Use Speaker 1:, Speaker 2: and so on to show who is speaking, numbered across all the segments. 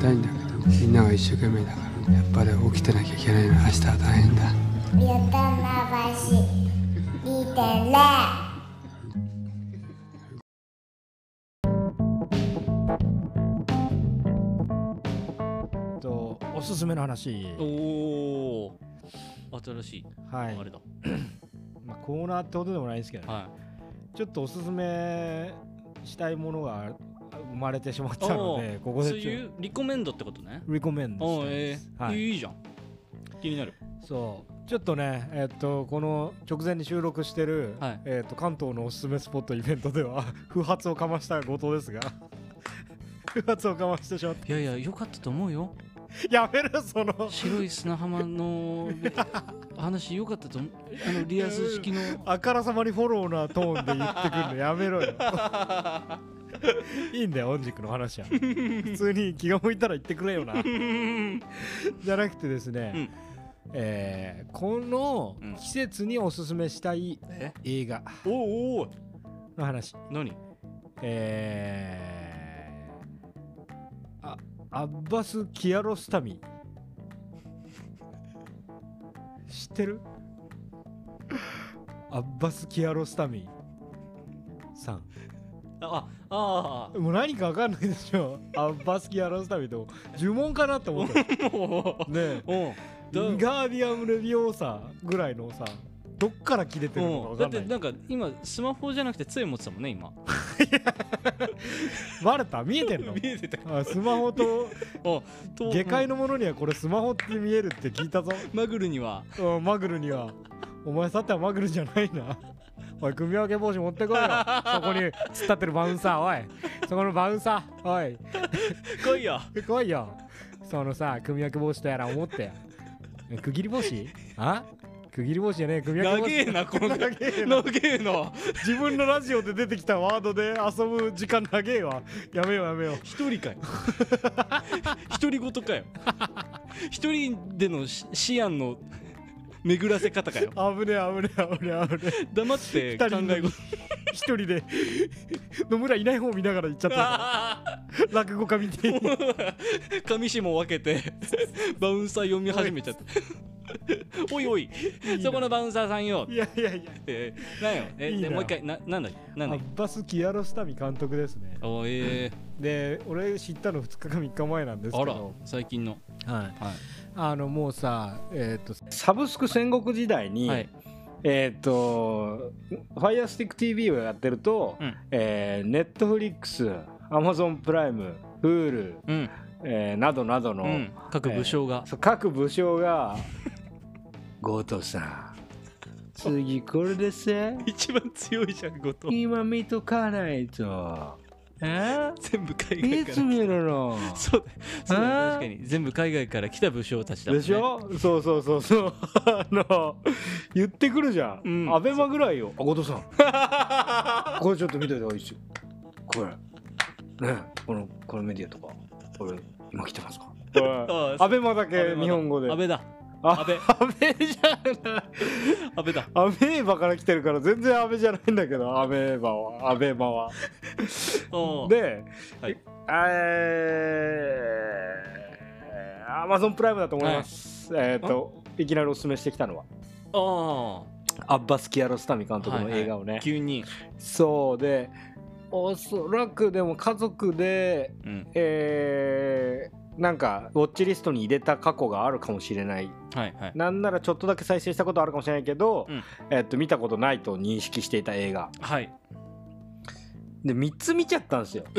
Speaker 1: たいんだけどみんなが一生懸命だからやっぱり起きてなきゃいけないの明日は大変だ
Speaker 2: ゆとなばし2.0
Speaker 3: えっとおすすめの話、
Speaker 4: おお新しい、
Speaker 3: はい
Speaker 4: あれだ
Speaker 3: まあ、コーナーってほどでもないんですけど、ね
Speaker 4: は
Speaker 3: ちょっとおすすめしたいものが生まれてしまったので
Speaker 4: おー
Speaker 3: こ
Speaker 4: い
Speaker 3: こ
Speaker 4: そう
Speaker 3: でち
Speaker 4: い
Speaker 3: ょ
Speaker 4: うリコメンドってことね
Speaker 3: リコメン
Speaker 4: お
Speaker 3: ドし
Speaker 4: お
Speaker 3: たいで
Speaker 4: え
Speaker 3: す、
Speaker 4: ー、
Speaker 3: はいい、
Speaker 4: いじゃん気になる
Speaker 3: そうちょっとねえっとこの直前に収録してる、
Speaker 4: はい
Speaker 3: えっと関東のおすすめスポットイベントでは 不発をかました後藤ですが 不発をかましてしまった
Speaker 4: いやいやよかったと思うよ
Speaker 3: やめろその
Speaker 4: 白い砂浜 の話よかったと思うあのリアス式の
Speaker 3: あからさまにフォローなトーンで言ってくるのやめろよいいんだよ音軸の話は普通に気が向いたら言ってくれよなじゃなくてですね、
Speaker 4: うん
Speaker 3: えーこの
Speaker 4: うん
Speaker 3: 季節におすすめしたい
Speaker 4: え
Speaker 3: 映画
Speaker 4: おおお
Speaker 3: の話
Speaker 4: 何
Speaker 3: えーあアッバス・キアロスタミ知ってるアッバス・キアロスタミさん
Speaker 4: ああ
Speaker 3: もう何か分かんないでしょアッバス・キアロスタミと呪文かなって思 ったよね
Speaker 4: あも
Speaker 3: え
Speaker 4: うおう
Speaker 3: ガーディアム・レビオーサぐらいのさどっから切れてるのか
Speaker 4: う
Speaker 3: 分か
Speaker 4: んだっ
Speaker 3: んな
Speaker 4: て
Speaker 3: い
Speaker 4: なんか今スマホじゃなくて杖持ってたもんね今
Speaker 3: バレた見えてんの
Speaker 4: 見えてた
Speaker 3: あスマホと
Speaker 4: と
Speaker 3: 下界のものにはこれスマホって見えるって聞いたぞ
Speaker 4: マグルには
Speaker 3: うんマグルにはお前さてはマグルじゃないな おい組み分け帽子持ってこい よそこに突っ立ってるバウンサーおいそこのバウンサー
Speaker 4: 来いよ
Speaker 3: おい来いよそのさ組み分け帽子とやら思って区切り帽子あ区切り帽子じゃねえ組み分け
Speaker 4: 長
Speaker 3: 帽
Speaker 4: え
Speaker 3: 子
Speaker 4: なこの
Speaker 3: 長えな
Speaker 4: 長えな
Speaker 3: 自分のラジオで出てきたワードで遊ぶ時間長えわやめようやめよう
Speaker 4: 一人かよ 一人ごとかよ一人でのし思案の巡らせ方かよ
Speaker 3: 危ねえ危ねえ危ねえ危ねえ
Speaker 4: 黙って考
Speaker 3: 二人
Speaker 4: え
Speaker 3: で
Speaker 4: 事
Speaker 3: 一人で野村いない方見ながら行っちゃった か
Speaker 4: あ
Speaker 3: ら落語家みたいに
Speaker 4: ー紙紙も分けてバウンサー読み始めちゃったおいおい
Speaker 3: な
Speaker 4: そこのバウンサーさんよ
Speaker 3: いやいやいや
Speaker 4: えーなんよえ
Speaker 3: いい
Speaker 4: で
Speaker 3: な
Speaker 4: もう一回ななんだなん
Speaker 3: ア
Speaker 4: だ
Speaker 3: ッバス・キアロスタミ監督ですね
Speaker 4: おえ
Speaker 3: で俺知ったの2日か3日前なんです
Speaker 4: ー、あ
Speaker 3: け
Speaker 4: ら
Speaker 3: ど
Speaker 4: 最近の
Speaker 3: はい
Speaker 4: は
Speaker 3: あのもうさえっ、とサブスク戦国時代
Speaker 4: い、
Speaker 3: に、
Speaker 4: はい、
Speaker 3: えっ、とファイアスティック TV をやってると、
Speaker 4: うん
Speaker 3: えネットフリックスアマゾンプライム Hulu、
Speaker 4: うん、
Speaker 3: えーなどなどの、
Speaker 4: うん、各武将が、
Speaker 3: そう各武将が「ゴトさん次これで さ
Speaker 4: 一番強いじゃん後藤
Speaker 3: 今見とかないと」 え
Speaker 4: 全部海
Speaker 3: い
Speaker 4: 外から
Speaker 3: つ見るの
Speaker 4: そうだそうだ
Speaker 3: あー
Speaker 4: 確かに全部海外から来た武将たちだもん、
Speaker 3: でし
Speaker 4: ね、
Speaker 3: ょそうそうそうそう あの言ってくるじゃん、
Speaker 4: うん
Speaker 3: アベマぐらいよあ後藤さ んこれちょっと見といた方がいいですよこれねこのこのメディアとかこれ今来てますかこれ
Speaker 4: ああ
Speaker 3: アベマだけ日本語で
Speaker 4: 安倍だ
Speaker 3: あ
Speaker 4: 安倍
Speaker 3: アベじゃない
Speaker 4: 安倍だ
Speaker 3: アベーバから来てるから全然アベじゃないんだけどアベーバはアベマは
Speaker 4: おう
Speaker 3: で、
Speaker 4: はい
Speaker 3: えー、アマゾンプライムだと思います、えっ、といきなりおすすめしてきたのは
Speaker 4: あ
Speaker 3: アッバス・キアロスタミ監督の映画をね、
Speaker 4: あ急に、
Speaker 3: そうでおそらくでも家族で
Speaker 4: うん、
Speaker 3: えーなんかウォッチリストに入れた過去があるかもしれない
Speaker 4: はいはい
Speaker 3: なんならちょっとだけ再生したことあるかもしれないけど、
Speaker 4: うん
Speaker 3: えっと見たことないと認識していた映画
Speaker 4: はい
Speaker 3: で3つ見ちゃったんですよ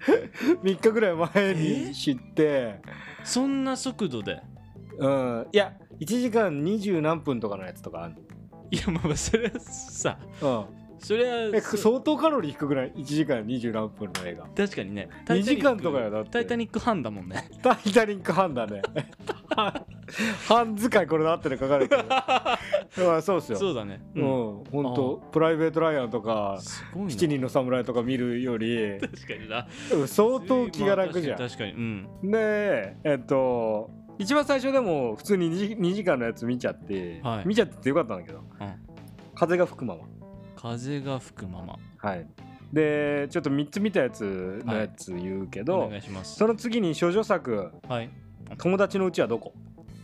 Speaker 3: 3日ぐらい前に知って、
Speaker 4: そんな速度で
Speaker 3: うん、いや1時間20何分とかのやつとかある
Speaker 4: いやまあまあそれはさ
Speaker 3: の、
Speaker 4: それ
Speaker 3: うん、え
Speaker 4: はそ
Speaker 3: 相当カロリー低くない1時間20何分の映画
Speaker 4: 確かにね
Speaker 3: 2時間
Speaker 4: タイタニック
Speaker 3: とかよだって
Speaker 4: タイタニック半だもんね
Speaker 3: タイタニックハンだね ハン使いこれで合ってるかかるけど だからそうですよ
Speaker 4: そうだね
Speaker 3: うん、本当プライベート・ライアンとか
Speaker 4: すごいな
Speaker 3: 七人の侍とか見るより
Speaker 4: 確かにな
Speaker 3: うん相当気が楽じゃん
Speaker 4: まあ確かに確かにうん
Speaker 3: でえっと一番最初でも普通に 2, 時間のやつ見ちゃって、
Speaker 4: はい
Speaker 3: 見ちゃってよかったんだけど、風が吹くまま
Speaker 4: 風が吹くまま
Speaker 3: はいでちょっと3つ見たやつのやつ言うけど、
Speaker 4: お願いします
Speaker 3: その次に処女作
Speaker 4: はい
Speaker 3: 「友達のうちはどこ?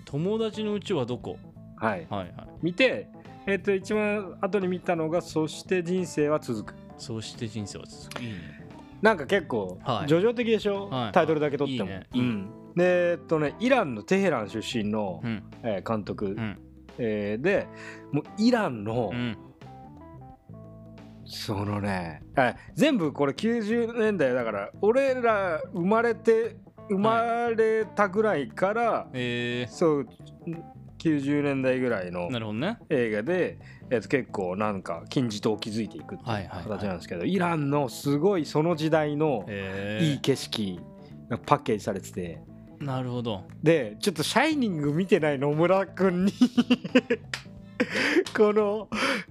Speaker 4: 友達のうちはどこ」
Speaker 3: はい
Speaker 4: はいはい
Speaker 3: 見て、えっと一番後に見たのが「そして人生は続く
Speaker 4: そうして人生は続くいいね」
Speaker 3: なんか結構
Speaker 4: はい
Speaker 3: 叙々的でしょ、
Speaker 4: はい
Speaker 3: タイトルだけ取っても、
Speaker 4: いいねいい
Speaker 3: うんでえっとねイランのテヘラン出身の、
Speaker 4: うん
Speaker 3: えー監督、
Speaker 4: ん
Speaker 3: えーでもうイランの、
Speaker 4: うん
Speaker 3: そのねあ全部これ90年代だから俺ら生まれて生まれたぐらいから、
Speaker 4: え
Speaker 3: そう90年代ぐらいの
Speaker 4: ー、なるほどね
Speaker 3: 映画で、えっと、結構なんか金字塔を築いていくって
Speaker 4: はいいうはいはい
Speaker 3: 形なんですけど、イランのすごいその時代の
Speaker 4: えー、
Speaker 3: いい景色がパッケージされてて。
Speaker 4: なるほど
Speaker 3: でちょっと「シャイニング」見てない野村君に この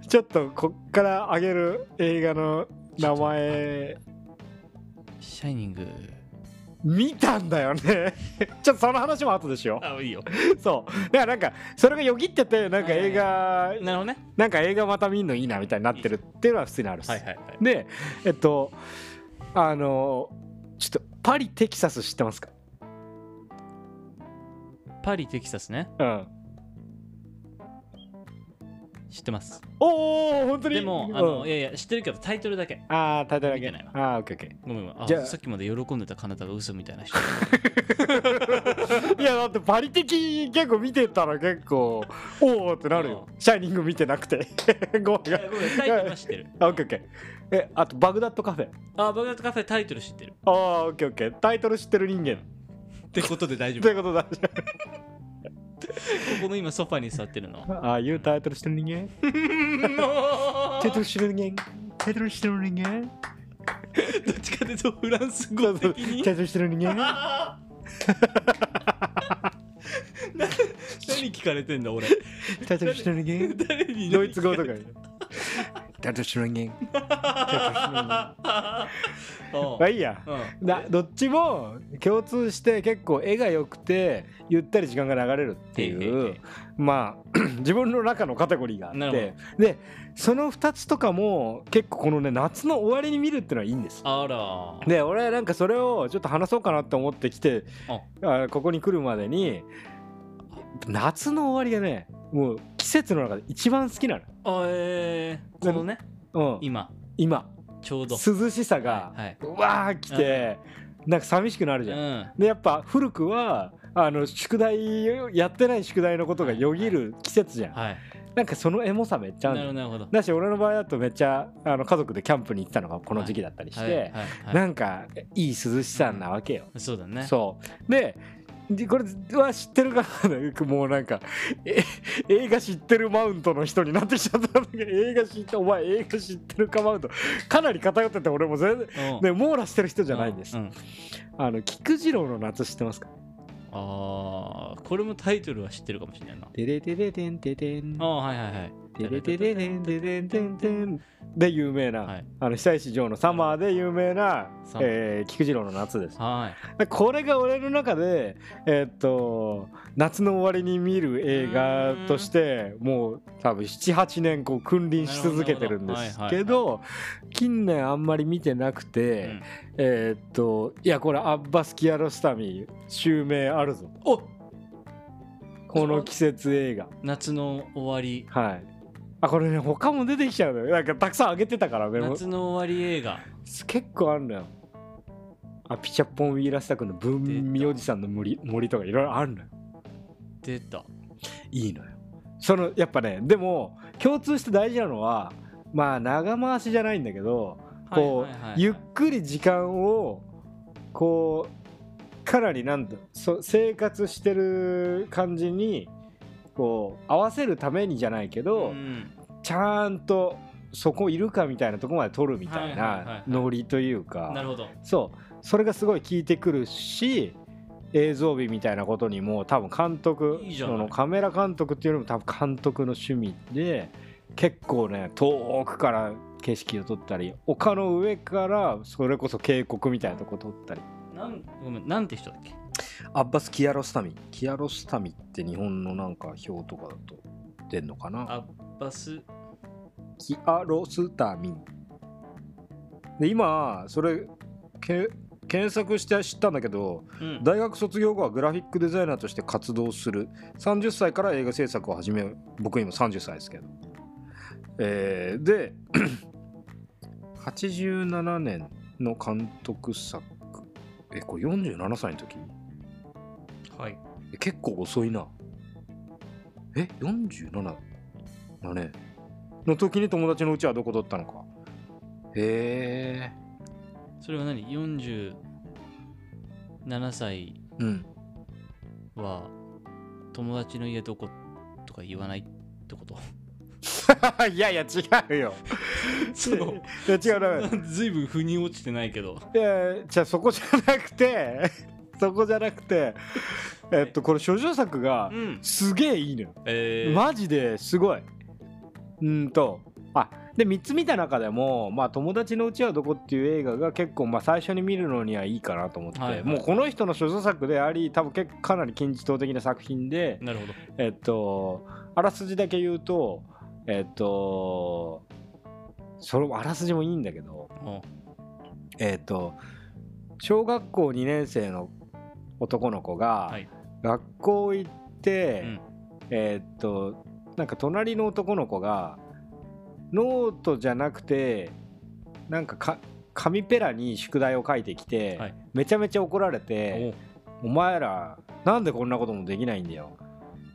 Speaker 3: ちょっとこっからあげる映画の名前
Speaker 4: シャイニング
Speaker 3: 見たんだよねちょっとその話も後でしよ
Speaker 4: あいいよ
Speaker 3: うそうだからなんかそれがよぎっててなんか映画
Speaker 4: なるほどね
Speaker 3: なんか映画また見んのいいなみたいになってるっていうのは普通にあるっす
Speaker 4: はいはいはい
Speaker 3: でえっとあのちょっとパリテキサス知ってますか
Speaker 4: パリテキサスね
Speaker 3: うん
Speaker 4: 知ってます
Speaker 3: おお本当に
Speaker 4: でもあ
Speaker 3: う
Speaker 4: の
Speaker 3: ん
Speaker 4: いやいや知ってるけどタイトルだけ
Speaker 3: あータイトルだけ
Speaker 4: 見てないわ
Speaker 3: ああーオッケーオッケー
Speaker 4: ごめんごめんあ
Speaker 3: じゃあ
Speaker 4: さっきまで喜んでたカナダが嘘みたいな 人
Speaker 3: いやだってパリ的結構見てたら結構おおってなるよ。シャイニング見てなくて。 ごめん
Speaker 4: い
Speaker 3: が。
Speaker 4: やごめんタイトルは知ってる
Speaker 3: あオッケーオッケー。えあとバグダッドカフェ。
Speaker 4: あバグダッドカフェタイトル知ってる
Speaker 3: ああオッケーオッケー。タイトル知ってる人間。
Speaker 4: ってことで大丈
Speaker 3: と
Speaker 4: 夫
Speaker 3: いうことだ。
Speaker 4: ここの今ソファに座って るのは
Speaker 3: ああいうタイトル知ってる人間。タイトル知ってる人間。タイトル知ってる人間。
Speaker 4: どっちかというとフランス語的に
Speaker 3: タイトル知ってる人間。
Speaker 4: あーな何聞かれてんだ俺
Speaker 3: タイトル知ってる人間。
Speaker 4: 誰に
Speaker 3: ドイツ語とか
Speaker 4: 何聞れてんの。
Speaker 3: タイトル知ってる人間。
Speaker 4: う
Speaker 3: ま
Speaker 4: ん
Speaker 3: あいいや。
Speaker 4: うん
Speaker 3: だどっちも共通して結構絵が良くてゆったり時間が流れるってい
Speaker 4: へいへいうへい
Speaker 3: まあ 自分の中のカテゴリーがあ
Speaker 4: な
Speaker 3: っ
Speaker 4: る
Speaker 3: てでその2つとかも結構このね夏の終わりに見るってのはいいんです。
Speaker 4: あら
Speaker 3: で俺なんかそれをちょっと話そうかなって思ってきて
Speaker 4: あ
Speaker 3: あここに来るまでに夏の終わりがねもう季節の中で一番好きな
Speaker 4: あえー、このね
Speaker 3: の、うん、
Speaker 4: 今
Speaker 3: 今
Speaker 4: ちょうど
Speaker 3: 涼しさが
Speaker 4: はい、
Speaker 3: うわー来てなんか寂しくなるじゃん
Speaker 4: うん
Speaker 3: でやっぱ古くはあの宿題をやってない宿題のことがよぎる季節じゃん、
Speaker 4: はい
Speaker 3: なんかそのエモさめっちゃあ
Speaker 4: な
Speaker 3: る
Speaker 4: る
Speaker 3: の
Speaker 4: ほどなるほど
Speaker 3: だし俺の場合だとめっちゃあの家族でキャンプに行ったのがこの時期だったりして、
Speaker 4: はいはいは
Speaker 3: なんかいい涼しさなわけよ、
Speaker 4: いそうだね
Speaker 3: そうででこれは知ってるかなもうなんかえ映画知ってるマウントの人になってきちゃったんだけど映画知ってお前映画知ってるかマウントかなり偏ってて俺も全然
Speaker 4: うん
Speaker 3: で網羅してる人じゃないんです、
Speaker 4: うんうん
Speaker 3: あの菊次郎の夏知ってますか
Speaker 4: あーこれもタイトルは知ってるかもしれないな
Speaker 3: テレテレテンテテン
Speaker 4: ああはいはいはい
Speaker 3: テレテレテンテテンテンテンで有名な、
Speaker 4: はい
Speaker 3: あの久石譲の「サマー」で有名な
Speaker 4: サマー
Speaker 3: えー菊次郎の夏です
Speaker 4: は
Speaker 3: これが俺の中でえーっと夏の終わりに見る映画としてもう多分78年こう君臨し続けてるんですけ
Speaker 4: なるほ
Speaker 3: ど近年あんまり見てなく
Speaker 4: い、
Speaker 3: て、
Speaker 4: うん、
Speaker 3: えーっといやこれアッバス・キアロスタミ襲名あるぞ
Speaker 4: お
Speaker 3: この季節映画。
Speaker 4: 夏の終わり
Speaker 3: はい。あこれね他も出てきちゃうのよ。なんかたくさんあげてたからね。もう
Speaker 4: 夏の終わり映画
Speaker 3: 結構あるのよ。あピチャポンウィーラスタ君の文明おじさんの森森とかいろいろあるのよ。
Speaker 4: 出た
Speaker 3: いいのよ。そのやっぱねでも共通して大事なのはまあ長回しじゃないんだけどこ
Speaker 4: はいはいはいは
Speaker 3: う
Speaker 4: い
Speaker 3: ゆっくり時間をこうかなりなんだそ生活してる感じにこう合わせるためにじゃないけど、
Speaker 4: うん
Speaker 3: ちゃんとそこいるかみたいなとこまで撮るみたい
Speaker 4: はいはいはいはい
Speaker 3: なノリという
Speaker 4: なる
Speaker 3: か
Speaker 4: ほど
Speaker 3: そうそれがすごい効いてくるし映像美みたいなことにも多分監督
Speaker 4: いいじゃ
Speaker 3: そ
Speaker 4: ない
Speaker 3: のカメラ監督っていうよりも多分監督の趣味で結構ね遠くから景色を撮ったり丘の上からそれこそ渓谷みたいなとこ撮ったり
Speaker 4: なんごめんなんて人だっけ
Speaker 3: アッバス・キアロスタミキアロスタミって日本のなんか表とかだと出んのかな
Speaker 4: アッバス
Speaker 3: キアロスタミンで今それけ検索して知ったんだけど
Speaker 4: うん
Speaker 3: 大学卒業後はグラフィックデザイナーとして活動する30歳から映画制作を始め僕今30歳ですけど、えーで 87年の監督作えこれ47歳の時
Speaker 4: はい
Speaker 3: え結構遅いなえ47だねの時に友達のうちはどこ取ったのかへえ
Speaker 4: それは何47歳
Speaker 3: うん
Speaker 4: は友達の家どことか言わないってこと
Speaker 3: いやいや違う よ
Speaker 4: その
Speaker 3: いや違うだか
Speaker 4: ずいぶん腑に落ちてないけど
Speaker 3: らいやじゃあそこじゃなくて そこじゃなくてえっとこれ処女作が
Speaker 4: ん
Speaker 3: すげえいいのよ
Speaker 4: えー、
Speaker 3: マジですごい。うんとあで3つ見た中でも「まあ、友達のうちはどこ」っていう映画が結構、まあ、最初に見るのにはいいかなと思って、
Speaker 4: はいはい
Speaker 3: もうこの人の所蔵作であり多分結構かなり金字塔的な作品で、
Speaker 4: なるほど
Speaker 3: えっと、あらすじだけ言うとえっとそれもあらすじもいいんだけど、
Speaker 4: お
Speaker 3: えっ、と小学校2年生の男の子が
Speaker 4: はい
Speaker 3: 学校行って、
Speaker 4: うん
Speaker 3: えっ、となんか隣の男の子がノートじゃなくてなんかか紙ペラに宿題を書いてきて、
Speaker 4: はい
Speaker 3: めちゃめちゃ怒られて「
Speaker 4: お
Speaker 3: お前らなんでこんなこともできないんだよ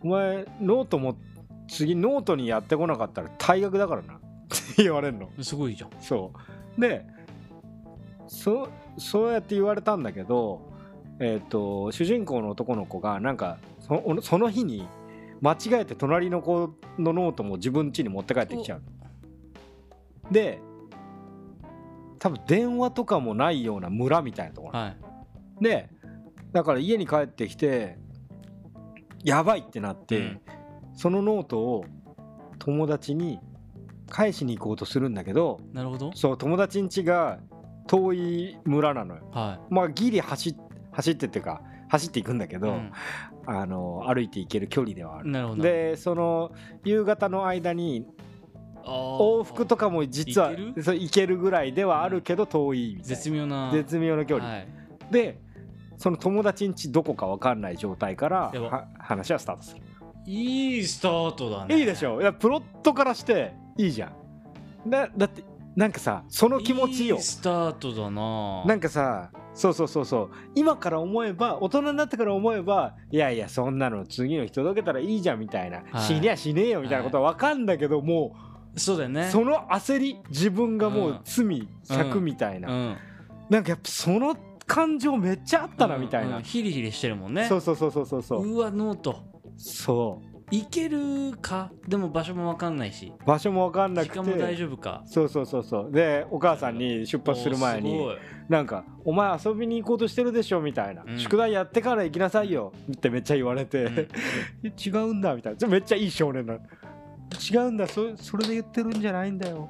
Speaker 3: お前ノートも次ノートにやってこなかったら退学だからな」って言われるの。
Speaker 4: すごいじゃん
Speaker 3: そうでそそうやって言われたんだけど、えー、と主人公の男の子がなんかそその日に間違えて隣の子のノートも自分家に持って帰ってきちゃうので多分電話とかもないような村みたいなところ
Speaker 4: はい
Speaker 3: でだから家に帰ってきてやばいってなって、
Speaker 4: うん
Speaker 3: そのノートを友達に返しに行こうとするんだけど
Speaker 4: なるほど
Speaker 3: そう友達ん家が遠い村なのよ
Speaker 4: は
Speaker 3: まあギリ走っ走ってっていうか走っていくんだけ
Speaker 4: い、
Speaker 3: ど、あの歩いていける距離ではあ
Speaker 4: うん、
Speaker 3: る
Speaker 4: なるほど
Speaker 3: でその夕方の間に往
Speaker 4: 往
Speaker 3: 復とかも実は
Speaker 4: 行ける
Speaker 3: そう行けるぐらいではあるけど遠いみたいな
Speaker 4: 絶妙な
Speaker 3: 絶妙な距離、
Speaker 4: はい、
Speaker 3: でその友達ん家どこか分かんない状態から
Speaker 4: やば
Speaker 3: は話はスタートする、
Speaker 4: いいスタートだね
Speaker 3: いいでしょいやプロットからしていいじゃんだだってなんかさその気持ちよ
Speaker 4: いいスタートだな
Speaker 3: なんかさそうそうそうそう今から思えば大人になってから思えばいやいやそんなの次の日届けたらいいじゃんみたいな、
Speaker 4: はい
Speaker 3: 死にゃ死ねえよみたいなことは分かんだけど、も
Speaker 4: そうだよ
Speaker 3: う、
Speaker 4: ね
Speaker 3: その焦り自分がも
Speaker 4: うん
Speaker 3: う罪100みたいな、
Speaker 4: うん
Speaker 3: なんかやっぱその感情めっちゃあったなみたいな、
Speaker 4: うんうんヒリヒリしてるもんね
Speaker 3: そうそうそうそうそうそう
Speaker 4: うわノート
Speaker 3: そう
Speaker 4: いけるかでも場所もわかんないし
Speaker 3: 場所も分かんなく
Speaker 4: 時
Speaker 3: て
Speaker 4: 間も大丈夫か
Speaker 3: そうそうそうそうでお母さんに出発する前
Speaker 4: お
Speaker 3: に
Speaker 4: ーす
Speaker 3: なんか「お前遊びに行こうとしてるでしょ」みたいな、
Speaker 4: うん
Speaker 3: 宿題やってから行きなさいよ」ってめっちゃ言われ て、
Speaker 4: ごい、うん
Speaker 3: え違うんだ」みたいなちょめっちゃいい少年なの違うんだそそれで言ってるんじゃないんだよ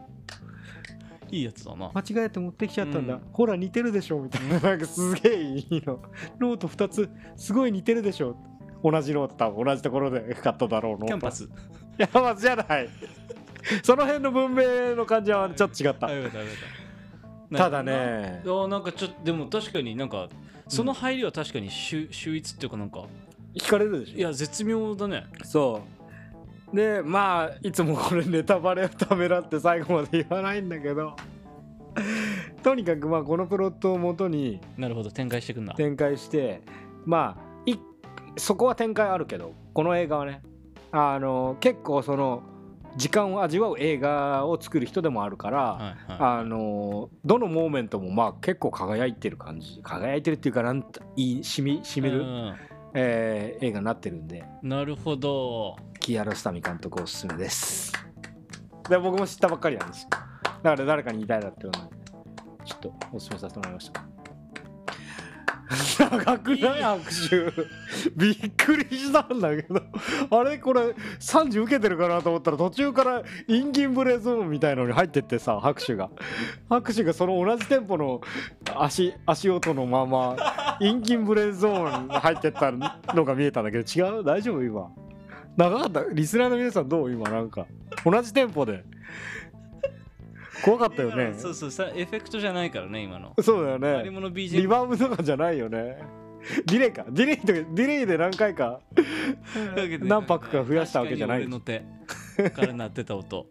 Speaker 4: いいやつだ な
Speaker 3: 間違えて持ってきちゃったんだ、
Speaker 4: うん
Speaker 3: ほら似てるでしょみたい ななんかすげえいいのノート2つすごい似てるでしょ同じノート多分同じところで買っただろうノート
Speaker 4: キャンパス
Speaker 3: いやまあじゃ ないその辺の文明の感じはちょっと違った
Speaker 4: あよかったよかった
Speaker 3: ただね
Speaker 4: あーなんかちょっとでも確かになんかその入りは確かに秀秀逸っていうかなんか
Speaker 3: 聞かれるでしょ
Speaker 4: いや絶妙だね
Speaker 3: そうでまあいつもこれネタバレをためらって最後まで言わないんだけど とにかくまあこのプロットをもとに
Speaker 4: なるほど展開してくんだ
Speaker 3: 展開してまあいそこは展開あるけどこの映画はねあの結構その時間を味わう映画を作る人でもあるから、
Speaker 4: はいはい
Speaker 3: あのどのモーメントもまあ結構輝いてる感じ輝いてるっていうかなんといいしみしみる、
Speaker 4: うん
Speaker 3: えー映画になってるんで
Speaker 4: なるほど
Speaker 3: キアロスタミ監督おすすめですで僕も知ったばっかりなんですよだから誰かに言いたいなって思うのでちょっとおすすめさせてもらいました 長くない 拍手びっくりしたんだけどあれこれ30受けてるかなと思ったら途中からインギンブレゾーンみたいのに入ってってさ拍手が拍手がその同じテンポの足足音のままインギンブレゾーンに入ってったのが見えたんだけど違う大丈夫今長かったリスナーの皆さんどう今なんか同じテンポで怖かったよね
Speaker 4: 今のそうそうさエフェクトじゃないからね今の
Speaker 3: そうだよ
Speaker 4: あれ
Speaker 3: ね
Speaker 4: もの
Speaker 3: リ
Speaker 4: BGM
Speaker 3: バウンドとかじゃないよねディレイかディレイとかディレイで何回か何泊か増やしたわけじゃない
Speaker 4: 確かに俺の手から鳴って た音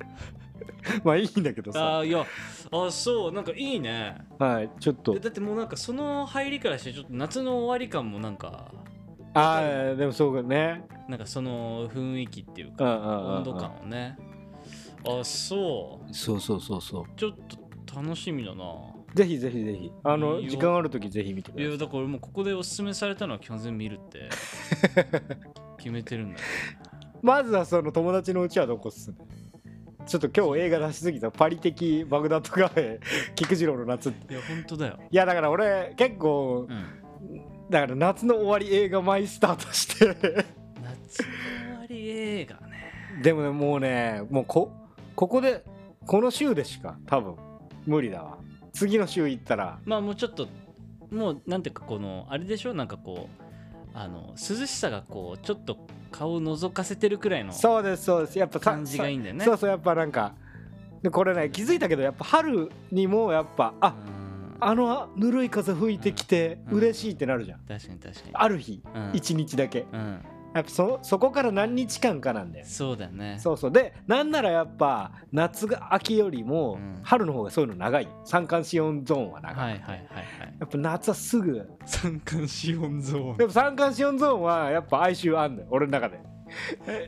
Speaker 3: まあいいんだけどさ
Speaker 4: ああいやあそうなんかいいね
Speaker 3: はいちょっと
Speaker 4: でだってもうなんかその入りからしてちょっと夏の終わり感もなんか
Speaker 3: ああでもそうだね
Speaker 4: なんかその雰囲気っていう
Speaker 3: う
Speaker 4: か
Speaker 3: んうんうんうん
Speaker 4: 温度感をねあそう
Speaker 3: そうそうそうそう
Speaker 4: ちょっと楽しみだな
Speaker 3: ぜひぜひぜひあの
Speaker 4: いいよ
Speaker 3: 時間ある時ぜひ見てく
Speaker 4: い
Speaker 3: だ
Speaker 4: や
Speaker 3: さい
Speaker 4: だから俺もうここでおすすめされたのは完全に見るって 決めてるんだよ
Speaker 3: まずはその友達のうちはどこっすねちょっと今日映画出しすぎたパリ的バグダッドカフェ 菊次郎の夏
Speaker 4: いや本当だよ、
Speaker 3: いやだから俺結構
Speaker 4: うん、
Speaker 3: だから夏の終わり映画マイスターとして
Speaker 4: 夏の終わり映画ね
Speaker 3: でもねもうねもうこここでこの週でしか多分無理だわ次の週行ったら
Speaker 4: まあもうちょっともうなんていうかこのあれでしょなんかこうあの涼しさがこうちょっと顔を覗かせてるくらいの
Speaker 3: そうですそうですやっぱさ
Speaker 4: 感じがいいんだよね
Speaker 3: そうそうやっぱなんかでこれね気づいたけどやっぱ春にもやっぱあ
Speaker 4: うん
Speaker 3: あのぬるい風吹いてきて
Speaker 4: うん
Speaker 3: 嬉しいってなるじゃん
Speaker 4: 確かに確か
Speaker 3: ある日
Speaker 4: に、うん
Speaker 3: 一日だけ
Speaker 4: うん、
Speaker 3: やっぱそそこから何日間かなんだよ
Speaker 4: そうだね
Speaker 3: そうそうでなんならやっぱ夏が秋よりも
Speaker 4: うん
Speaker 3: 春の方がそういうの長い三寒四温ゾーンは長い、
Speaker 4: はいはい
Speaker 3: や
Speaker 4: はいはい
Speaker 3: っぱ夏はすぐ
Speaker 4: 三冠四温ゾ
Speaker 3: でも三寒四温ゾーンはやっぱ哀愁あんだよ俺の中で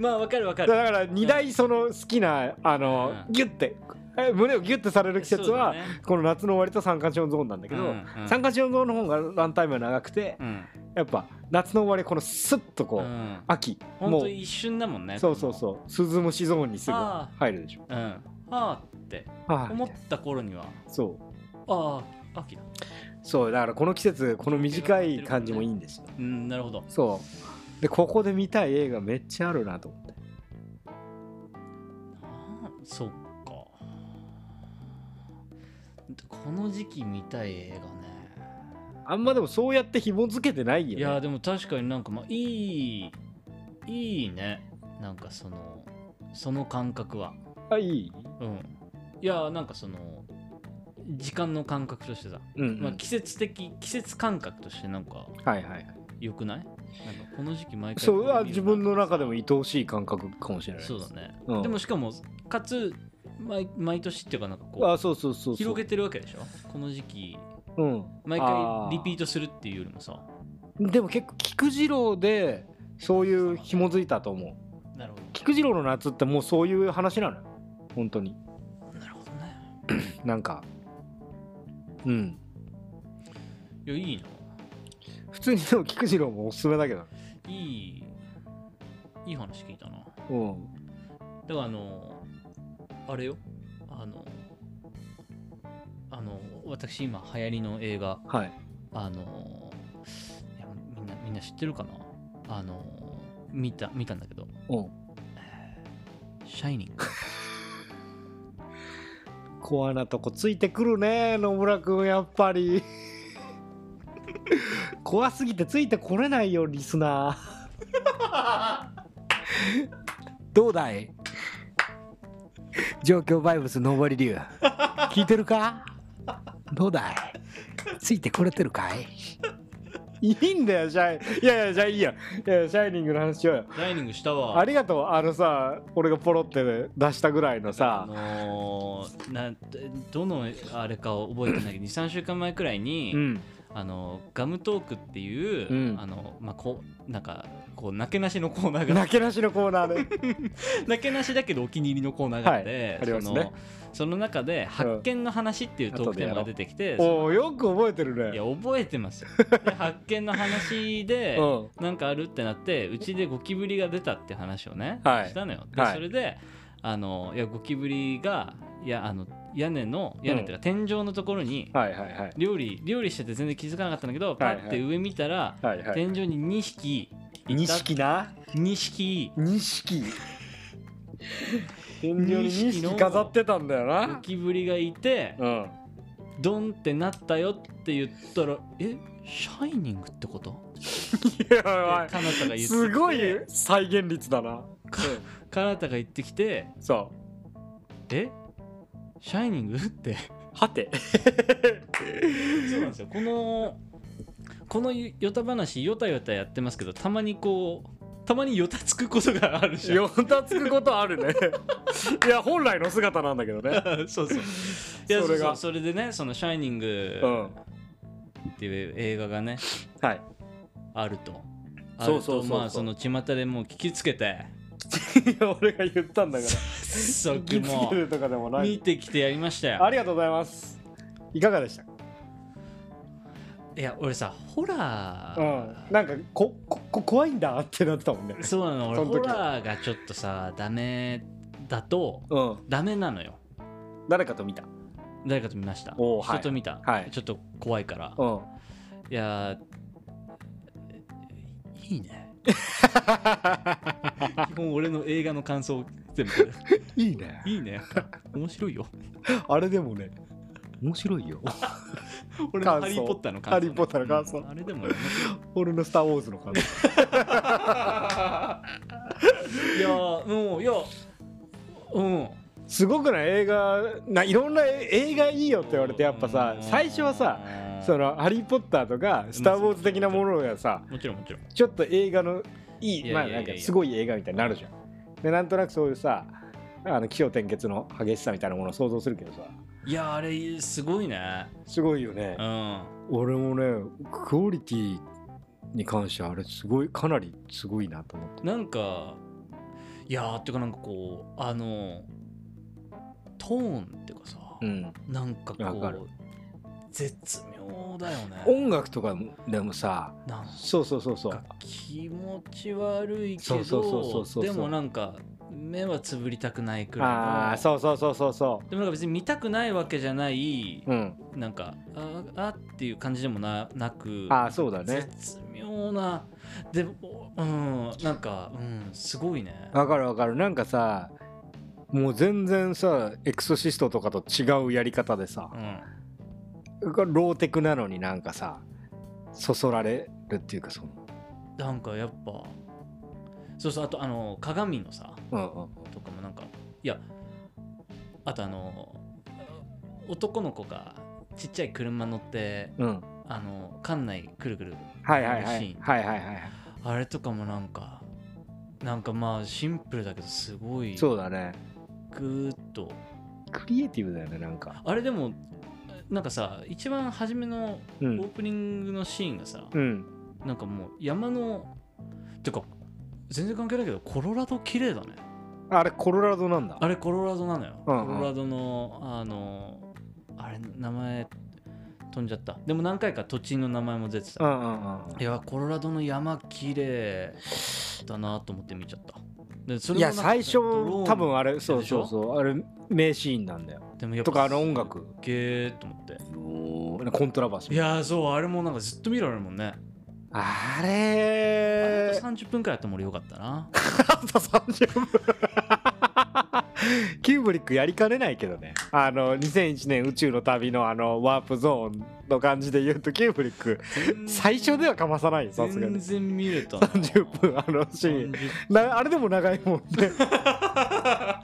Speaker 4: まあわかるわか
Speaker 3: だ
Speaker 4: る
Speaker 3: から二大その好きなあの、
Speaker 4: うん
Speaker 3: ギュッてえ胸をギュッてされる季節は、
Speaker 4: そうだね
Speaker 3: この夏の終わりと三寒四温ゾーンなんだけど、
Speaker 4: うんうん
Speaker 3: 三寒四温ゾーンの方がランタイムは長くて、
Speaker 4: うん
Speaker 3: やっぱ夏の終わりこのスッとこう、
Speaker 4: うん
Speaker 3: 秋
Speaker 4: 本
Speaker 3: も
Speaker 4: 当
Speaker 3: う
Speaker 4: 一瞬だもんね
Speaker 3: そうそう
Speaker 4: う
Speaker 3: そう鈴虫ゾーンにすぐ
Speaker 4: あ
Speaker 3: 入るでしょ
Speaker 4: うんはあって
Speaker 3: はい
Speaker 4: 思った頃には
Speaker 3: そう
Speaker 4: ああ秋だ
Speaker 3: そうだからこの季節この短い感じもいいんですよ
Speaker 4: うんなるほど
Speaker 3: そうでここで見たい映画めっちゃあるなと思って
Speaker 4: あーそっかこの時期見たい映画ね
Speaker 3: あんまでもそうやって紐付けてないよ、ね、
Speaker 4: いやでも確かになんかまあいいいいねなんかそのその感覚は
Speaker 3: あいい
Speaker 4: うんいやなんかその時間の感覚としてさ、
Speaker 3: うん、うん
Speaker 4: まあ、季節的季節感覚としてなんか
Speaker 3: はいはいはい
Speaker 4: 良くないなんかこの時期毎回
Speaker 3: そう
Speaker 4: これ見るな
Speaker 3: は自分の中でも愛おしい感覚かもしれない
Speaker 4: そうだね、
Speaker 3: うん
Speaker 4: でもしかもかつ毎毎年っていうかなんかこう
Speaker 3: あそうそうそうそう
Speaker 4: 広げてるわけでしょこの時期
Speaker 3: うん
Speaker 4: 毎回リピー
Speaker 3: ト
Speaker 4: トするっていうよりもさ
Speaker 3: でも結構菊次郎でそういう紐づいたと思う
Speaker 4: なるほ
Speaker 3: 菊次郎の夏ってもうそういう話なのよ本当に
Speaker 4: どなるほどね
Speaker 3: なんかうん
Speaker 4: いやいいな
Speaker 3: 普通にでも菊次郎もおすすめだけどね
Speaker 4: いいいい話聞いたな
Speaker 3: うん
Speaker 4: だからあのあれよあのあの私今流行りの映画
Speaker 3: はい
Speaker 4: あのいやみんなみんな知ってるかなあの見た見たんだけど
Speaker 3: うん
Speaker 4: シャイニング
Speaker 3: コアなとこついてくるね野村くんやっぱり 怖すぎてついてこれないよリスナー どうだい状況バイブスノーバリ流聞いてるかどうだいついてこれてるかいいいんだよシャイいやいやじゃあいいやいやシャイニングの話しようよ
Speaker 4: シャイニングしたわ
Speaker 3: ありがとうあのさ俺がポロって出したぐらいの
Speaker 4: あ
Speaker 3: さ
Speaker 4: のーなんどのあれか覚えてないけど23週間前くらいに、
Speaker 3: うん
Speaker 4: あのガムトークっていう、
Speaker 3: うん
Speaker 4: あのまあ、こうなんかこうなけなしのコーナーが
Speaker 3: なけなしのコーナーで
Speaker 4: なけなしだけどお気に入りのコーナーがあって、
Speaker 3: はいあります
Speaker 4: そ
Speaker 3: ね
Speaker 4: のその中で発見の話っていうトークテーマが出てきて、
Speaker 3: おおよく覚えてる
Speaker 4: い
Speaker 3: ね
Speaker 4: や覚えてます よで発見の話で、
Speaker 3: うん
Speaker 4: なんかあるってなってうちでゴキブリが出たって話をね、
Speaker 3: はい
Speaker 4: したのよで、
Speaker 3: はい
Speaker 4: それであのいやゴキブリがいやあの屋根の屋根っていうか、天井のところに
Speaker 3: はいはいはい
Speaker 4: 料理料理してて全然気づかなかったんだけどパッ
Speaker 3: はい
Speaker 4: て上見たら、
Speaker 3: はいはい
Speaker 4: 天井に2匹
Speaker 3: 錦な
Speaker 4: 2匹
Speaker 3: 錦天井に
Speaker 4: 錦の
Speaker 3: 錦飾ってたんだよ
Speaker 4: ゴ
Speaker 3: な
Speaker 4: キブリがいて
Speaker 3: うん
Speaker 4: ドンってなったよって言ったらえシャイニングってことって
Speaker 3: や
Speaker 4: かなたが言ってきて
Speaker 3: すごい再現率だな
Speaker 4: かなたが言ってきて
Speaker 3: そ
Speaker 4: えシャイニングって
Speaker 3: はて
Speaker 4: そうなんですよこのこのヨタ話ヨタヨタやってますけどたまにこうたまにヨタつくことがあるじゃん
Speaker 3: よたつくことあるねいや本来の姿なんだけどね
Speaker 4: そうそういや
Speaker 3: そ
Speaker 4: そ
Speaker 3: れ
Speaker 4: れ
Speaker 3: が
Speaker 4: それでね その「シャイニング
Speaker 3: う」ん
Speaker 4: っていう映画がね
Speaker 3: はい
Speaker 4: あるとある
Speaker 3: そう
Speaker 4: と
Speaker 3: そうそうそう
Speaker 4: まあその巷でもう聞きつ けて
Speaker 3: いや俺が言ったんだから
Speaker 4: そ
Speaker 3: 気付
Speaker 4: も
Speaker 3: けるとかでも
Speaker 4: う
Speaker 3: な
Speaker 4: 見
Speaker 3: い
Speaker 4: てきてやりましたよ
Speaker 3: ありがとうございますいかがでした
Speaker 4: いや俺さホラー、
Speaker 3: うんなんかこここ怖いんだってなってたもんね
Speaker 4: そうなの俺
Speaker 3: その
Speaker 4: ホ
Speaker 3: 時
Speaker 4: ラーがちょっとさダメだと
Speaker 3: うん
Speaker 4: ダメなのよ
Speaker 3: 誰かと見た
Speaker 4: 誰かと見ました
Speaker 3: おーはい
Speaker 4: 人と見た、
Speaker 3: はい
Speaker 4: ちょっと怖いから、
Speaker 3: うん
Speaker 4: いやーいいね 基本俺の映画の感想全部
Speaker 3: いいね
Speaker 4: いいね面白いよ
Speaker 3: あれでもね
Speaker 4: 面白いよ俺
Speaker 3: 感想
Speaker 4: のハリー・ポッターの感想、
Speaker 3: ハリーポッターの感想
Speaker 4: うんあれでも面白
Speaker 3: 俺の「スター・ウォーズ」の感じ
Speaker 4: いいやーもういやうん
Speaker 3: すごくない映画ないろんなえ映画いいよって言われてやっぱさ最初はさ
Speaker 4: さ
Speaker 3: その「ハリー・ポッター」とか「スター・ウォーズ」的なものがさ
Speaker 4: もちろんもちろん
Speaker 3: ちょっと映画のい
Speaker 4: い
Speaker 3: い
Speaker 4: や
Speaker 3: まあ
Speaker 4: いや
Speaker 3: ない
Speaker 4: や
Speaker 3: ん
Speaker 4: いや
Speaker 3: かすごい映画みたいになるじゃんでなんとなくそういうさあの起承転結の激しさみたいなものを想像するけどさ
Speaker 4: いやあれすごいね
Speaker 3: すごいよね
Speaker 4: うん
Speaker 3: 俺もねクオリティに関してはあれすごいかなりすごいなと思って
Speaker 4: なんかいやーっていうかなんかこうあのトーンっていうかさ、
Speaker 3: うん
Speaker 4: なんか
Speaker 3: わか
Speaker 4: こ
Speaker 3: る
Speaker 4: う絶妙だよね
Speaker 3: 音楽とかでもさ
Speaker 4: なん
Speaker 3: そうそうそうそう
Speaker 4: か気持ち悪いけ
Speaker 3: そうそうそうそうそ
Speaker 4: ど
Speaker 3: う
Speaker 4: でもなんか目はつぶりたくないく
Speaker 3: あ
Speaker 4: ら
Speaker 3: あ
Speaker 4: いの
Speaker 3: そうそうそうそうそ
Speaker 4: でもなんか別に見たくないわけじゃない、
Speaker 3: ううん
Speaker 4: なんかああっていう感じでもななく
Speaker 3: ああそうだね
Speaker 4: 絶妙なでもうんなんかうんすごいね
Speaker 3: わかるわかるなんかさもう全然さエクソシストとかと違うやり方でさ
Speaker 4: うん
Speaker 3: ローテクなのになんかさそそられるっていうかその
Speaker 4: なんかやっぱそうそうあとあの鏡のさ
Speaker 3: うんうん
Speaker 4: とかもなんかいやあとあの男の子がちっちゃい車乗って
Speaker 3: うん
Speaker 4: あの館内くるくる
Speaker 3: はいはいは
Speaker 4: 回るシ
Speaker 3: い
Speaker 4: ーン
Speaker 3: はいはいは
Speaker 4: あれとかもなんかなんかまあシンプルだけどすごい
Speaker 3: いそうだね
Speaker 4: グーッと
Speaker 3: クリエイティブだよねなんか
Speaker 4: あれでもなんかさ一番初めの
Speaker 3: う
Speaker 4: オ
Speaker 3: ん
Speaker 4: ープニングのシーンがさ、
Speaker 3: うん
Speaker 4: なんかもう山のてか全然関係ないけどコロラド綺麗だね
Speaker 3: あれコロラドなんだ
Speaker 4: あれコロラドなのよ、
Speaker 3: うんうん
Speaker 4: コロラドのあのあれ名前飛んじゃったでも何回か土地の名前も出てた、
Speaker 3: うんうんうんうん
Speaker 4: いやコロラドの山綺麗だなと思って見ちゃったでそ
Speaker 3: いや最初多分
Speaker 4: あ
Speaker 3: あれそうそうそうあれ名シーンなんだよ
Speaker 4: でもやっぱ
Speaker 3: とかあの音楽
Speaker 4: すっげえと思って
Speaker 3: コントラバス
Speaker 4: いやーそうあれもなんかずっと見られるもんね、
Speaker 3: あ
Speaker 4: あれ
Speaker 3: れ
Speaker 4: と30分くらいやっても俺よかったな
Speaker 3: あと30分 キューブリックやりかねないけどねあの2001年宇宙の旅のあのワープゾーンの感じで言うとキューブリック最初ではかまさないよ さすが
Speaker 4: 全
Speaker 3: に
Speaker 4: 然見れたな
Speaker 3: 30分あのシーン
Speaker 4: 30
Speaker 3: なあれでも長いもんね
Speaker 4: あ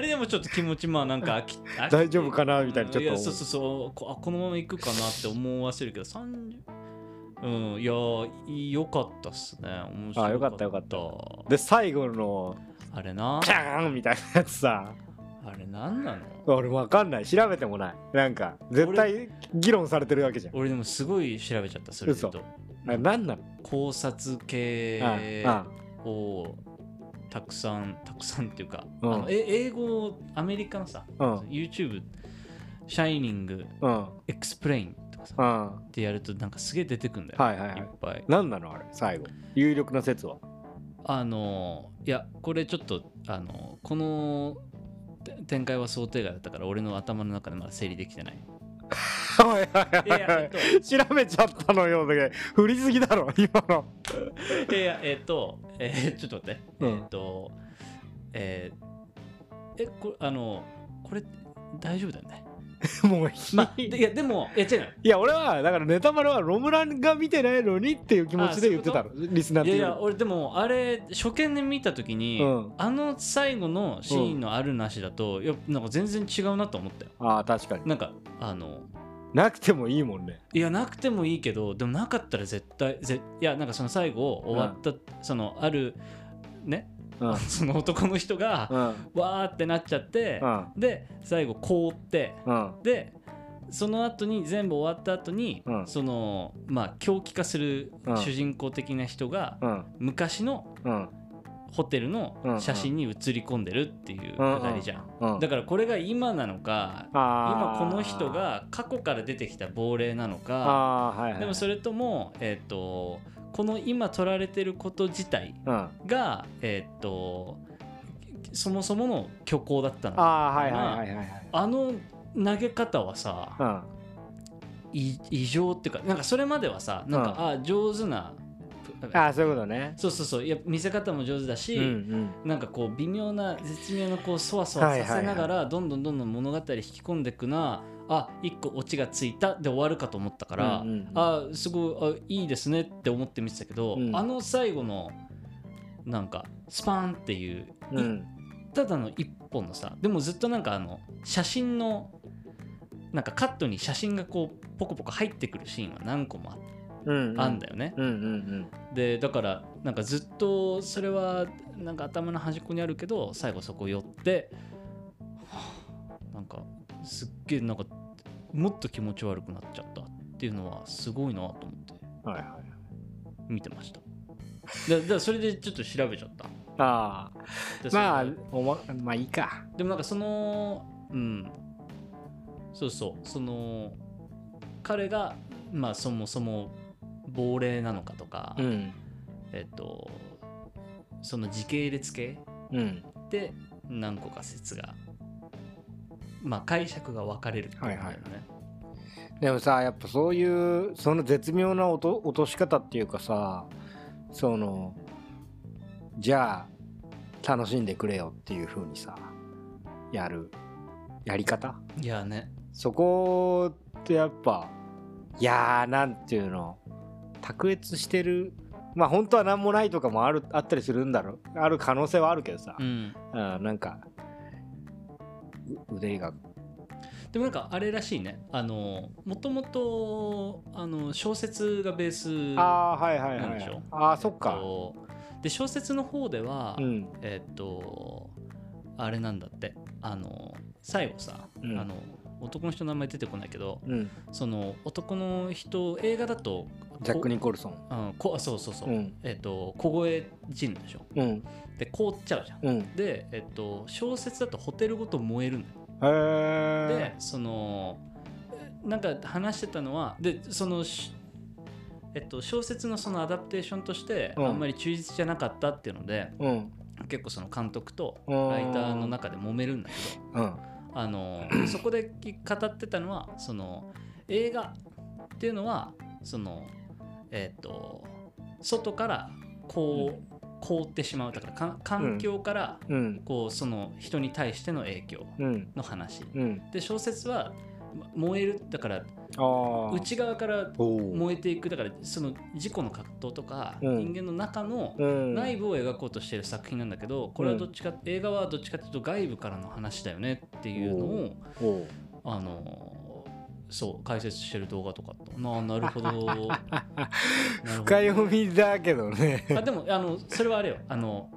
Speaker 4: れでもちょっと気持ちまあなんか飽き飽き
Speaker 3: 大丈夫かなみたいなちょっと
Speaker 4: やそうそうそうこあこのまま行くかなって思わせるけど30うんいやーよかったっすね面白かった
Speaker 3: あよかったよかったで最後の
Speaker 4: あれな
Speaker 3: キャーンみたいなやつさ
Speaker 4: あれなんなの
Speaker 3: 俺わかんない調べてもないなんか絶対議論されてるわけじゃん
Speaker 4: 俺でもすごい調べちゃったそれで言うと
Speaker 3: あれ何なの、
Speaker 4: 考察系
Speaker 3: あ
Speaker 4: をたくさんたくさんっていうか、
Speaker 3: うん
Speaker 4: あのえ英語アメリカのさ、
Speaker 3: うん
Speaker 4: YouTube シャイニング
Speaker 3: あうん
Speaker 4: エクスプレインとかさ
Speaker 3: うんは
Speaker 4: ってやるとなんかすげえ出てくんだ
Speaker 3: い
Speaker 4: よ、、
Speaker 3: はいはい
Speaker 4: っ
Speaker 3: い
Speaker 4: ぱい
Speaker 3: 何なのあれ最後有力な説は
Speaker 4: あのいやこれちょっとあのこのて展開は想定外だったから俺の頭の中でまだ整理できてない
Speaker 3: はいはいはいはい
Speaker 4: えっ
Speaker 3: 調べちゃったのよだけ振りすぎだろ今の
Speaker 4: と いやえっと、えーちょっと待って、
Speaker 3: うん
Speaker 4: えっとえーえこれあのこれ大丈夫だよね
Speaker 3: もうひ、
Speaker 4: まあ、
Speaker 3: い
Speaker 4: でいやでもいや違うの
Speaker 3: や俺はだからネタバレはロムランが見てないのにっていう気持ちで言ってたのリスナーっ
Speaker 4: い
Speaker 3: て
Speaker 4: や
Speaker 3: い
Speaker 4: いうや俺でもあれ初見で見た時に、
Speaker 3: うん
Speaker 4: あの最後のシーンのあるなしだと、やっぱなんか全然違うなと思ったよ
Speaker 3: ああ確かに
Speaker 4: なんかあの
Speaker 3: なくてもいいもんね
Speaker 4: いやなくてもいいけどでもなかったら絶対ぜいやなんかその最後終わった、そのあるね、
Speaker 3: うん
Speaker 4: その男の人が、
Speaker 3: うん
Speaker 4: わーってなっちゃって
Speaker 3: う、ん
Speaker 4: で最後凍って
Speaker 3: うん
Speaker 4: でその後に全部終わった後に、
Speaker 3: うん
Speaker 4: そのまあ狂気化する
Speaker 3: うん
Speaker 4: 主人公的な人が、
Speaker 3: うん
Speaker 4: 昔の
Speaker 3: うん
Speaker 4: ホテルの写真に写り込んでるっていうくだりじゃん、
Speaker 3: うん
Speaker 4: だからこれが今なのか今
Speaker 3: あー
Speaker 4: この人が過去から出てきた亡霊なのか
Speaker 3: ああはいはい
Speaker 4: でもそれとも、えー、とこの今撮られてること自体
Speaker 3: うんあ
Speaker 4: が、えー、とそもそもの虚構だったのか
Speaker 3: あーはいはいはいはいはい
Speaker 4: あの投げ方はさ、
Speaker 3: うん
Speaker 4: い異常っていうかなんかそれまではさなん
Speaker 3: う
Speaker 4: か、
Speaker 3: ん
Speaker 4: ああ上手な
Speaker 3: ああそういうことね
Speaker 4: そうそうそういや見せ方も上手だし、
Speaker 3: うんうん
Speaker 4: なんかこう微妙な絶妙なこうそわそわさせながらどんどんどんどん物語引き込んでいくなあ一個オチがついたで終わるかと思ったから、
Speaker 3: うんうんうん
Speaker 4: あすごいあいいですねって思って見てたけど、
Speaker 3: うん
Speaker 4: あの最後のなんかスパーンっていう、
Speaker 3: うん
Speaker 4: ただの一本のさでもずっとなんかあの写真のなんかカットに写真がこうポコポコ入ってくるシーンは何個もあ,、
Speaker 3: うんうん
Speaker 4: あんだよね。
Speaker 3: うんうん
Speaker 4: でだからなんかずっとそれはなんか頭の端っこにあるけど最後そこ寄ってはあなんかすっげえなんかもっと気持ち悪くなっちゃったっていうのはすごいなと思って
Speaker 3: うんはいはい
Speaker 4: 見てましたでだからそれでちょっと調べちゃった
Speaker 3: あ
Speaker 4: で
Speaker 3: あまあ
Speaker 4: それで
Speaker 3: おままあいいか
Speaker 4: でもなんかそのうんそうそうその彼がまあそもそも亡霊なのかとか、
Speaker 3: うん
Speaker 4: えっとその時系列系
Speaker 3: うん
Speaker 4: で何個か説がまあ解釈が分かれるっていうことだよね、
Speaker 3: でもさやっぱそういうその絶妙な落と落とし方っていうかさそのじゃあ楽しんでくれよっていう風にさやるやり方
Speaker 4: いやね
Speaker 3: そこってやっぱいやーなんていうの卓越してるまあ本当は何もないとかもあるあったりするんだろうある可能性はあるけどさ、
Speaker 4: うん
Speaker 3: うん、なんかう腕が
Speaker 4: でもなんかあれらしいねあのもともとあの小説がベース
Speaker 3: ああーはいはいは
Speaker 4: なんでし
Speaker 3: い
Speaker 4: ょ
Speaker 3: ああそっか
Speaker 4: とで小説の方では、
Speaker 3: うん
Speaker 4: えっとあれなんだってあの最後さ、
Speaker 3: うん
Speaker 4: あの男の人の名前出てこないけど
Speaker 3: うん
Speaker 4: その男の人映画だと
Speaker 3: ジャック・
Speaker 4: に
Speaker 3: ニコルソン
Speaker 4: うん、こあそうそうそう、
Speaker 3: うん
Speaker 4: えっと凍え死ぬでしょ
Speaker 3: うん
Speaker 4: で凍っちゃうじゃん
Speaker 3: うん
Speaker 4: で、えっと、小説だとホテルごと燃えるの
Speaker 3: へ
Speaker 4: よ
Speaker 3: え
Speaker 4: でそのなんか話してたのはでそのしえっと、小説のそのアダプテーションとして
Speaker 3: うん
Speaker 4: あんまり忠実じゃなかったっていうので、
Speaker 3: うん
Speaker 4: 結構その監督と
Speaker 3: うん
Speaker 4: ライターの中で揉めるんだけど
Speaker 3: うん
Speaker 4: あのそこで語ってたのはその映画っていうのはそのえっ、と外からこう、凍ってしまうだからか環境から、
Speaker 3: うん
Speaker 4: こうその人に対しての影響
Speaker 3: うん
Speaker 4: の話
Speaker 3: うん
Speaker 4: で小説はま燃えるだから
Speaker 3: ああ
Speaker 4: 内側から
Speaker 3: おお
Speaker 4: 燃えていくだからその自己の葛藤とか
Speaker 3: うん
Speaker 4: 人間の中の
Speaker 3: うん
Speaker 4: 内部を描こうとしている作品なんだけどこれはどっちか映画はどっちかというと外部からの話だよねっていうのを
Speaker 3: おお
Speaker 4: あのーそう解説してる動画とかあったなあなる ほどなるほど
Speaker 3: 深読みだけどね
Speaker 4: あでもあのそれはあれよあの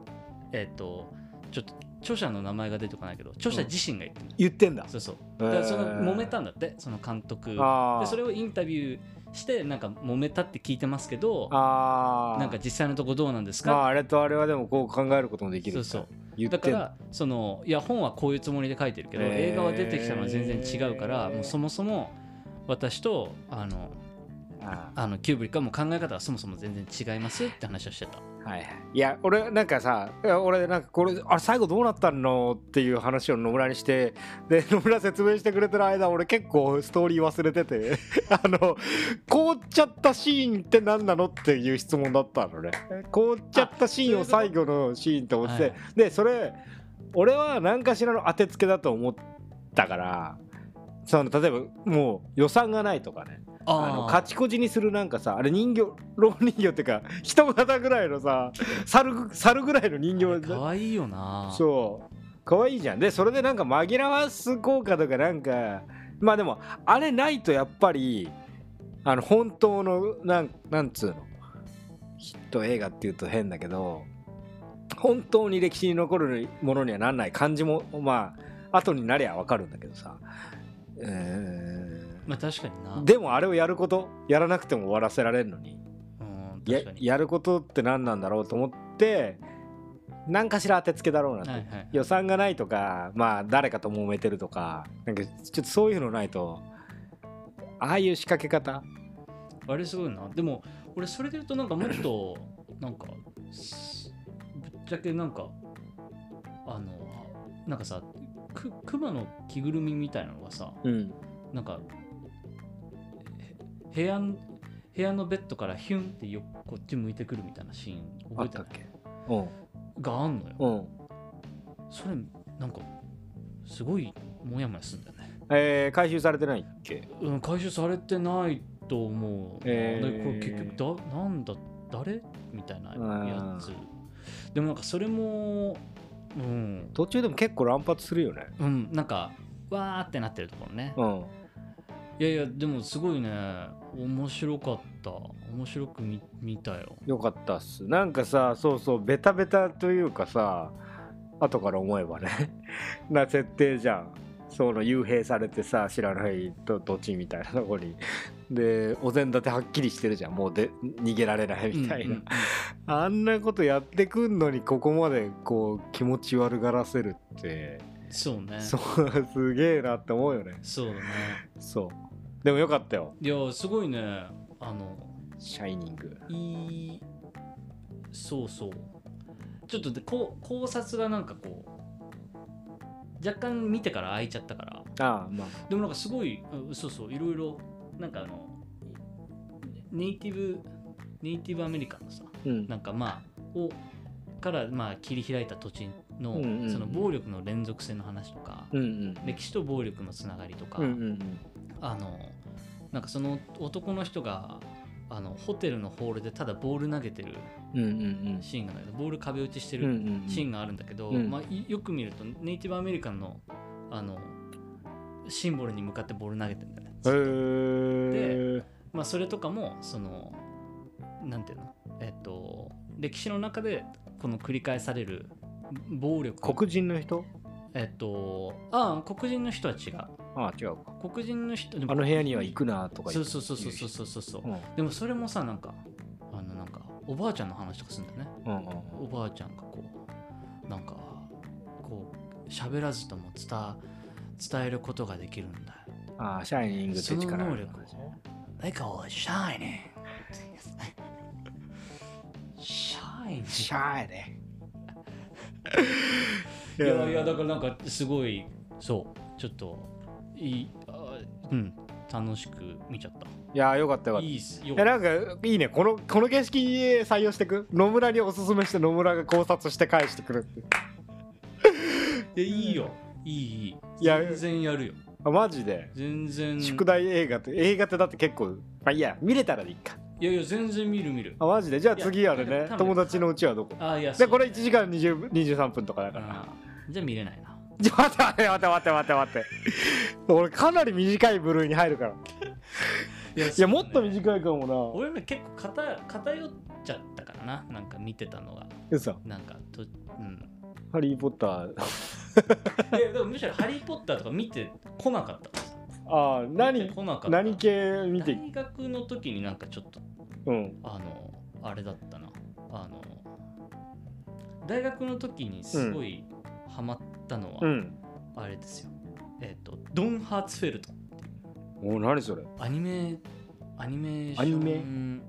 Speaker 4: えっ、とちょっと著者の名前が出てこないけど著者自身が言ってる、
Speaker 3: 言ってんだ
Speaker 4: そうそう
Speaker 3: へー
Speaker 4: だからその揉めたんだってその監督
Speaker 3: あー
Speaker 4: でそれをインタビューしてなんか揉めたって聞いてますけど
Speaker 3: ああ
Speaker 4: なんか実際のとこどうなんです
Speaker 3: まあ
Speaker 4: か
Speaker 3: あれとあれはでもこう考えることもできる
Speaker 4: そうそう
Speaker 3: 言っ
Speaker 4: だか
Speaker 3: てんだ
Speaker 4: らそのいや本はこういうつもりで書いてるけど
Speaker 3: へー
Speaker 4: 映画は出てきたのは全然違うからもうそもそも私とあの
Speaker 3: あ
Speaker 4: あのキューブリックはもう考え方はそもそも全然違いますって話をしてた
Speaker 3: ーはいはいいや俺なんかさいや俺なんかこれあれ最後どうなったのっていう話を野村にしてで 野村説明してくれてる間俺結構ストーリー忘れてて あの凍っちゃったシーンって何なのっていう質問だったのね凍っちゃったシーンを最後のシーンと思ってて
Speaker 4: あ
Speaker 3: でそれ俺は何かしらの当てつけだと思ったからその例えばもう予算がないとかねあのカチコチにするなんかさあれ人形老人形っていうか 人型ぐらいのさ猿ぐ猿ぐらいの人形
Speaker 4: かわいいよな
Speaker 3: そう可愛いじゃんでそれでなんか紛らわす効果とかなんかまあでもあれないとやっぱりあの本当のなんなんつうのヒット映画っていうと変だけど本当に歴史に残るものにはなんない感じもまあ後になりゃわかるんだけどさうー
Speaker 4: まあ確かになん
Speaker 3: でもあれをやることやらなくても終わらせられるのに
Speaker 4: うん
Speaker 3: や
Speaker 4: 確かに
Speaker 3: やることって何なんだろうと思って何かしら当てつけだろうなと
Speaker 4: はいはい
Speaker 3: 予算がないとかまあ誰かと揉めてるとかなんかちょっとそういうのないとああいう仕掛け方
Speaker 4: あれすごいなでも俺それで言うとなんかもっとなんかすぶっちゃけなんかあのなんかさく熊の着ぐるみみたいなのがさ
Speaker 3: うん
Speaker 4: なんかへ部屋ん部屋のベッドからヒュンってよこっち向いてくるみたいなシーン
Speaker 3: あ
Speaker 4: 覚え
Speaker 3: ってた
Speaker 4: な
Speaker 3: っ
Speaker 4: い
Speaker 3: けうん
Speaker 4: があんのよ、
Speaker 3: うん
Speaker 4: それなんかすごいモヤモヤするんだよね、
Speaker 3: えー、回収されてないっけ
Speaker 4: うん、回収されてないと思う、
Speaker 3: えー
Speaker 4: でこれ結局だなんだ誰みたいなやつでもなんかそれもうん、
Speaker 3: 途中でも結構乱発するよね
Speaker 4: うん、なんかわーってなってるところね、
Speaker 3: うん
Speaker 4: いやいやでもすごいね面白かった面白く見見たよ
Speaker 3: よかったっすなんかさそうそうベタベタというかさ後から思えばね な設定じゃんその幽閉されてさ知らないとどっちみたいなとこにでお膳立てはっきりしてるじゃんもうで逃げられないみたいな、
Speaker 4: うんうん
Speaker 3: あんなことやってくんのにここまでこう気持ち悪がらせるって、
Speaker 4: うんそうね
Speaker 3: そうすげえなって思うよね
Speaker 4: そうだね
Speaker 3: そうでもよかったよ
Speaker 4: いやすごいねあの
Speaker 3: 「シャイニング
Speaker 4: いいそうそうちょっとでこう考察がなんかこう若干見てから開いちゃったから」
Speaker 3: ああまあ
Speaker 4: でもなんかすごいうんそうそういろいろなんかあのネイティブネイティブアメリカンのさ
Speaker 3: うん
Speaker 4: なんかまあをからまあ切り開いた土地の,、
Speaker 3: うんうんうん
Speaker 4: その暴力の連続性の話とか、
Speaker 3: うんうん
Speaker 4: 歴史と暴力のつながりとか、
Speaker 3: うんうん
Speaker 4: あのなんかその男の人があのホテルのホールでただボール投げてる
Speaker 3: うんうんうん
Speaker 4: シーンがあるんだけどボール壁打ちして
Speaker 3: うん
Speaker 4: る
Speaker 3: うんうん
Speaker 4: シーンがあるんだけど、
Speaker 3: うん
Speaker 4: まあ、いよく見るとネイティブアメリカンのあのシンボルに向かってボール投げてるんだよね。
Speaker 3: へえ
Speaker 4: まあ、それとかもそのなんていうのえっと歴史の中でこの繰り返される暴力
Speaker 3: 黒人の人
Speaker 4: えっとああ黒人の人は違う
Speaker 3: ああ違うか
Speaker 4: 黒人の人でも
Speaker 3: あの部屋には行くなとか
Speaker 4: そ
Speaker 3: 言
Speaker 4: うそうそうそうそうそうそう、
Speaker 3: うん
Speaker 4: でもそれもさなんかあのなんかおばあちゃんの話とかするんだよね
Speaker 3: うんうん
Speaker 4: おばあちゃんがこうなんかこう喋らずとも伝伝えることができるんだよ
Speaker 3: ああシャイニングって
Speaker 4: その
Speaker 3: 力あ
Speaker 4: 能
Speaker 3: る
Speaker 4: 力を They call it shining シャイニング
Speaker 3: シャイね
Speaker 4: いやいやだからなんかすごいそうちょっといいあうん楽しく見ちゃっ
Speaker 3: いやよかったよか
Speaker 4: た
Speaker 3: った
Speaker 4: いいっすよ
Speaker 3: いやなんかいいねこのこの景色採用してく野村におすすめして野村が考察して返してくるっていう
Speaker 4: いやいいよいいいい
Speaker 3: いや
Speaker 4: 全然やるよ
Speaker 3: あマジで
Speaker 4: 全然
Speaker 3: 宿題映画って映画ってだって結構まあいいや見れたらでいいか
Speaker 4: いやいや全然見る見る
Speaker 3: あマジでじゃあ
Speaker 4: い
Speaker 3: 次
Speaker 4: や
Speaker 3: あれ
Speaker 4: いや
Speaker 3: ね
Speaker 4: 多分
Speaker 3: 友達のうちはどこ
Speaker 4: あいや
Speaker 3: で
Speaker 4: そう
Speaker 3: これ1時間20 23分とかだから
Speaker 4: うんじゃあ見れないな
Speaker 3: ちょ待って待って待って待って待って俺かなり短い部類に入るから
Speaker 4: いや
Speaker 3: いやもっと
Speaker 4: い
Speaker 3: 短いかもな
Speaker 4: 俺ら結構偏偏っちゃったからななんか見てたのが
Speaker 3: 嘘
Speaker 4: なんかとうん
Speaker 3: ハリー・ポッター
Speaker 4: いやでもむしろ「ハリー・ポッター」とか見てこなかったからさ
Speaker 3: ああ
Speaker 4: 見
Speaker 3: 何
Speaker 4: てこなかった
Speaker 3: 何系見て
Speaker 4: 大学の時になんかちょっと
Speaker 3: うん
Speaker 4: あのあれだったなあの大学の時にすごいハマったのは、
Speaker 3: うん
Speaker 4: あれですよえっ、とドン・ハーツフェルト
Speaker 3: お何それ
Speaker 4: アニメアニメーション
Speaker 3: アニメ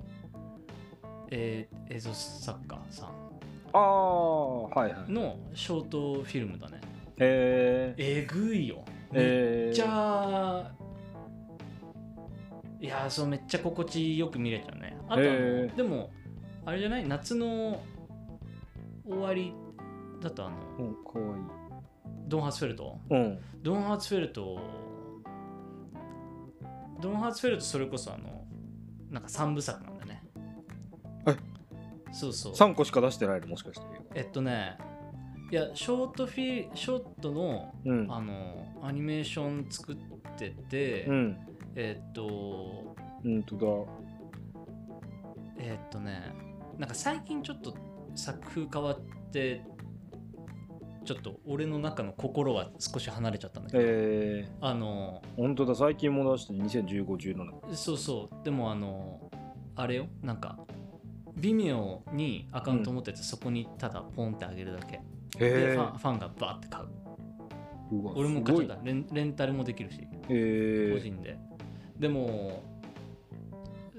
Speaker 4: えー映像作家さ
Speaker 3: ああはいはい
Speaker 4: んのショートフィルムだね
Speaker 3: えー、
Speaker 4: えぐいよめ
Speaker 3: え
Speaker 4: っちゃ、いやーそうめっちゃ心地よく見れちゃうねあとあの、
Speaker 3: えー
Speaker 4: でもあれじゃない夏の終わりだとあの、
Speaker 3: うん、かわいい。
Speaker 4: ドン・ハーツフェルト
Speaker 3: うん。
Speaker 4: ドン・ハーツフェルトドン・ハーツフェルトそれこそあのなんか3部作なんだね
Speaker 3: え
Speaker 4: そうそう
Speaker 3: 3個しか出してないのもしかして
Speaker 4: えっとねいやショートフィショートの
Speaker 3: うん
Speaker 4: あのアニメーション作ってて、
Speaker 3: うん
Speaker 4: えっと
Speaker 3: うんと
Speaker 4: えっとねなんか最近ちょっと作風変わってちょっと俺の中の心は少し離れちゃったんだけ
Speaker 3: だ
Speaker 4: ど、
Speaker 3: えー、
Speaker 4: あの
Speaker 3: 本当だ最近も出して201517
Speaker 4: そうそうでもあのあれよなんか微妙にアカウント持ってて、そこにただポンってあげるだけ、で
Speaker 3: え
Speaker 4: ファンファンがバーって買う
Speaker 3: うわ
Speaker 4: 俺も買っち
Speaker 3: すご
Speaker 4: ゃっ
Speaker 3: い
Speaker 4: たレンレンタルもできるし
Speaker 3: え
Speaker 4: 個
Speaker 3: ー、
Speaker 4: 人で、でも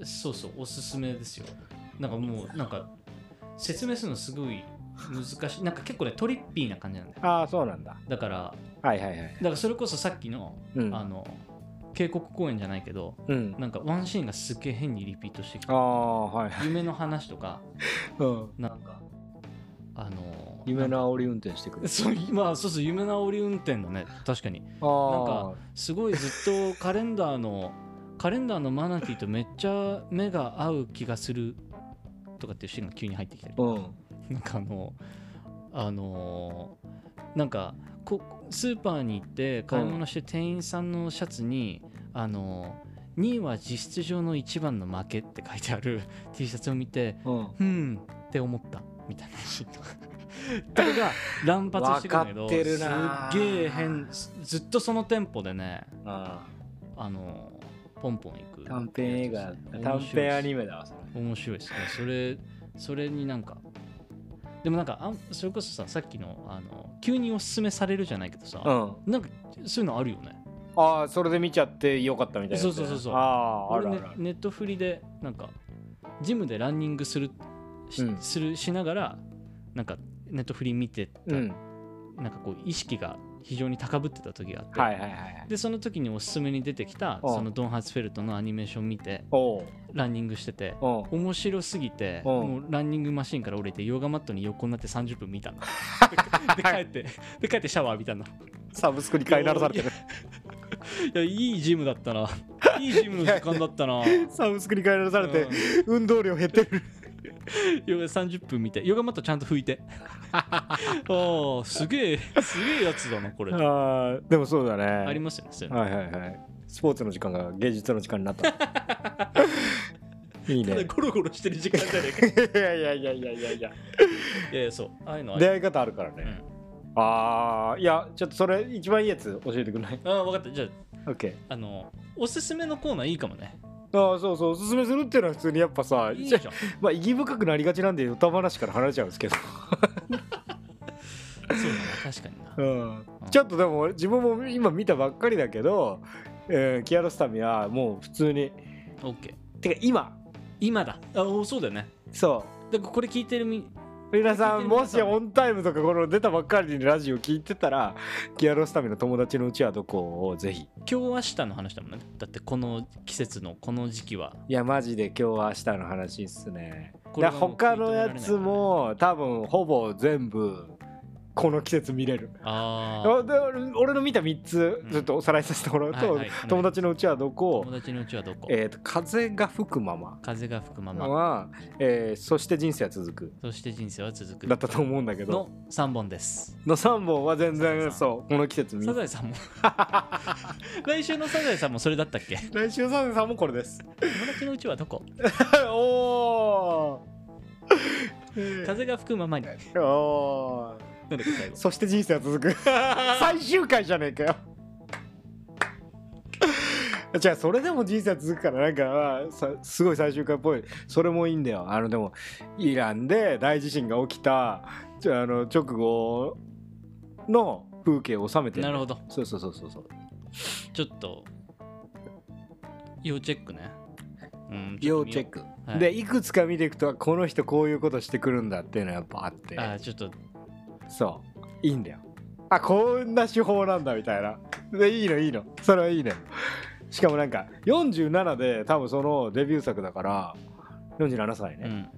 Speaker 4: そうそうおすすめですよなんかもうなんか説明するのすごい難しいなんか結構ねトリッピーな感じなんだよ
Speaker 3: ああそうなんだ
Speaker 4: だから
Speaker 3: はいはいはい
Speaker 4: だからそれこそさっきの、
Speaker 3: うん
Speaker 4: あの渓谷公園じゃないけど
Speaker 3: うん
Speaker 4: なんかワンシーンがすっげえ変にリピートしてきて
Speaker 3: ああはい
Speaker 4: 夢の話とか
Speaker 3: うん
Speaker 4: なんかあの
Speaker 3: 夢
Speaker 4: なんか
Speaker 3: の煽り運転してくる
Speaker 4: そうまあそうそう夢の煽り運転だね確かに
Speaker 3: あー
Speaker 4: なんすごいずっとカレンダーのカレンダーのマナティーとめっちゃ目が合う気がするとかっていうシーンが急に入ってきたり
Speaker 3: うん
Speaker 4: なんかあのあのーなんかこスーパーに行って買い物して店員さんのシャツにあのー2位は実質上の一番の負けって書いてある T シャツを見て
Speaker 3: うん
Speaker 4: うんって思ったみたいなシーンとか とかが乱発してくるんだけど
Speaker 3: わかってるなー
Speaker 4: すっげえ変ずずっとそのテンポでね
Speaker 3: あ
Speaker 4: あのポンポン行く
Speaker 3: ー短編映画短
Speaker 4: 面白
Speaker 3: 編
Speaker 4: いです
Speaker 3: アニメだわそれ
Speaker 4: 面白いですねそれそれになんかでもなんかあんそれこそささっきのあの急におすすめされるじゃないけどさ、
Speaker 3: うん
Speaker 4: なんかそういうのあるよね
Speaker 3: ああそれで見ちゃってよかったみたいな
Speaker 4: そうそうそうそう
Speaker 3: あああ
Speaker 4: 俺
Speaker 3: るあ
Speaker 4: ね
Speaker 3: るある
Speaker 4: ネットフリでなんかジムでランニングするし,、
Speaker 3: うん
Speaker 4: するしながらなんかネットフリ見て
Speaker 3: う
Speaker 4: た、
Speaker 3: ん
Speaker 4: なんかこう意識が非常に高ぶってた時があって、
Speaker 3: はいはいはいはい
Speaker 4: でその時におすすめに出てきた
Speaker 3: うん
Speaker 4: そのドン・ハーツフェルトのアニメーション見て
Speaker 3: おう
Speaker 4: ランニングしてて
Speaker 3: おう
Speaker 4: 面白すぎて、
Speaker 3: うん
Speaker 4: もうランニングマシンから降りてヨガマットに横になって30分見 たので帰ってで帰ってシャワー浴びたのい
Speaker 3: サブスクに飼いならされてる
Speaker 4: やいいジムだったないいジムの時間だっ たな
Speaker 3: サブスクに飼いならされて
Speaker 4: うん
Speaker 3: 運動量減ってる
Speaker 4: ヨガ30分見てヨガマットちゃんと拭 いてああすげえすげえやつだなこれあ
Speaker 3: ああでもそうだね
Speaker 4: りますよねそういうの
Speaker 3: はいはいはいスポーツの時間が芸術の時間になったいい
Speaker 4: ただ
Speaker 3: ね
Speaker 4: ゴロゴロしてる時間じゃな いかい
Speaker 3: いやいやいやいやいやいや
Speaker 4: やいやそうああいうのある
Speaker 3: 出会い方あるからね、ああいやちょっとそれ一番いいやつ教えてくんない
Speaker 4: ああ分かったじゃあ
Speaker 3: ?OK
Speaker 4: あのおすすめのコーナーいいかもね
Speaker 3: ああそうそうおすすめするっていうのは普通にやっぱさ
Speaker 4: いいじゃん
Speaker 3: まあ意義深くなりがちなんで歌話から離れちゃうんですけど、
Speaker 4: そうだな確かに
Speaker 3: う
Speaker 4: な
Speaker 3: ん、ちょっとでも自分も今見たばっかりだけど、えーキアロスタミはもう普通に
Speaker 4: オッケー
Speaker 3: てか今
Speaker 4: 今だあおそうだよね
Speaker 3: そ
Speaker 4: だからこれ聞いてるみ
Speaker 3: う皆さん
Speaker 4: 聞いてる皆さん
Speaker 3: もしオンタイムとかこの出たばっかりにラジオ聞いてたらキアロスタミの友達のうちはどこをぜひ
Speaker 4: 今日明日の話だもんねだってこの季節のこの時期はい
Speaker 3: やマジで今日は明日の話っすね
Speaker 4: これは
Speaker 3: だ
Speaker 4: もう
Speaker 3: 他のやつも多分ほぼ全部この季節見れる
Speaker 4: ああ
Speaker 3: あで俺俺の見た3つ
Speaker 4: うん
Speaker 3: ちょっとおさらいさせてもらうと、
Speaker 4: はいはい
Speaker 3: 友達のうちはどこ
Speaker 4: 友、達のうちはどこ、
Speaker 3: えー、と風が吹くまま
Speaker 4: 風が吹くまま、
Speaker 3: は、えーそして人生は続く
Speaker 4: そして人生は続く
Speaker 3: だったと思うんだけど
Speaker 4: の3本です
Speaker 3: の3本は全
Speaker 4: サザエ
Speaker 3: 然
Speaker 4: さん
Speaker 3: そうこの季節見
Speaker 4: サザエさ んも来週のサザエさんもそれだったっ け
Speaker 3: 来週サザエさんもこれです
Speaker 4: 友達のうちはどこ
Speaker 3: おー
Speaker 4: 風が吹くままに
Speaker 3: おー
Speaker 4: なんだっけ最後
Speaker 3: そして人生は続く最終回じゃねえかよじゃあそれでも人生は続くからなんかさすごい最終回っぽいそれもいいんだよあのでもイランで大地震が起きたじゃああの直後の風景を収めて
Speaker 4: なる
Speaker 3: ほ
Speaker 4: ほど
Speaker 3: どそうそうそうそうそう
Speaker 4: ちょっと要チェックねうんちょ
Speaker 3: 要
Speaker 4: っと見よう
Speaker 3: チェック、
Speaker 4: はい
Speaker 3: でいくつか見ていくとこの人こういうことしてくるんだっていうのはやっぱあって
Speaker 4: あーちょっと
Speaker 3: そういいんだよあこんな手法なんだみたいなでいいのいいのそれはいいのよしかもなんか47で多分そのデビュー作だから47歳
Speaker 4: う
Speaker 3: ね、
Speaker 4: ん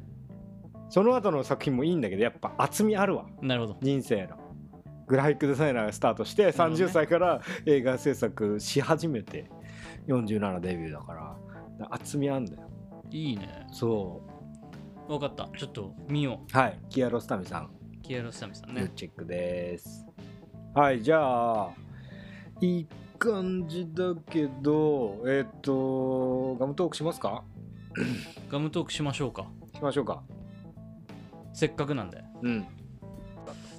Speaker 3: その後の作品もいいんだけどやっぱ厚みあるわ
Speaker 4: なるほど
Speaker 3: 人生のグラフィックデザイナーがスタートして
Speaker 4: なるほどね
Speaker 3: 30歳から映画制作し始めて47デビューだからだ厚みあんだよ
Speaker 4: いいね
Speaker 3: そ
Speaker 4: 分かったちょっと見よ
Speaker 3: うはいキアロスタミさん
Speaker 4: うキアロスタミさん
Speaker 3: 要
Speaker 4: ね
Speaker 3: チェックですはいじゃあいい感じだけどえっ、とガムトークしますか
Speaker 4: ガムトークしましょうか
Speaker 3: しましょうか
Speaker 4: せっかくなんで
Speaker 3: うん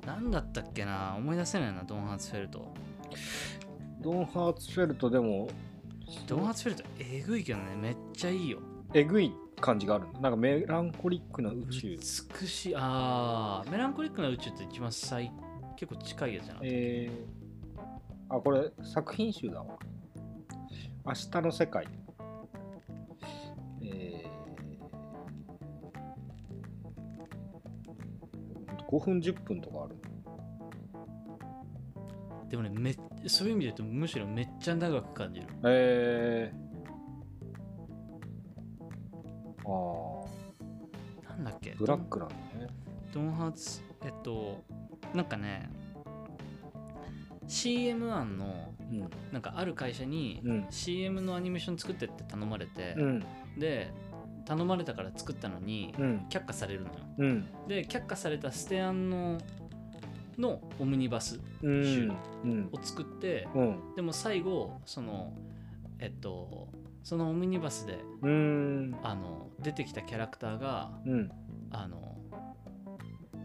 Speaker 4: 何だったっけな思い出せないなドン・ハーツフェルト
Speaker 3: ドン・ハーツフェルトでも
Speaker 4: ドン・ハーツフェルトえぐいけどねめっちゃいいよ
Speaker 3: えぐい感じがあるなんかメランコリックな宇宙
Speaker 4: 美しいあーメランコリックな宇宙って一番最結構近いやつじゃなかった
Speaker 3: えー、あこれ作品集だわ明日の世界えー、5分10分とかある
Speaker 4: でもねめっそういう意味で言うとむしろめっちゃ長く感じる
Speaker 3: えー、ああ
Speaker 4: なんだっけ
Speaker 3: ブラックなんだね
Speaker 4: ドンハーツえっとなんかね CM1 のなんかある会社に
Speaker 3: うん
Speaker 4: CM のアニメーション作ってって頼まれて、
Speaker 3: うん
Speaker 4: で頼まれたから作ったのに
Speaker 3: うん
Speaker 4: 却下されるのよ
Speaker 3: うん
Speaker 4: で却下されたステアンののオムニバス
Speaker 3: うんうん
Speaker 4: を作って
Speaker 3: うん
Speaker 4: でも最後そのえっとそのオムニバスで
Speaker 3: うん
Speaker 4: あの出てきたキャラクターが
Speaker 3: うん
Speaker 4: あの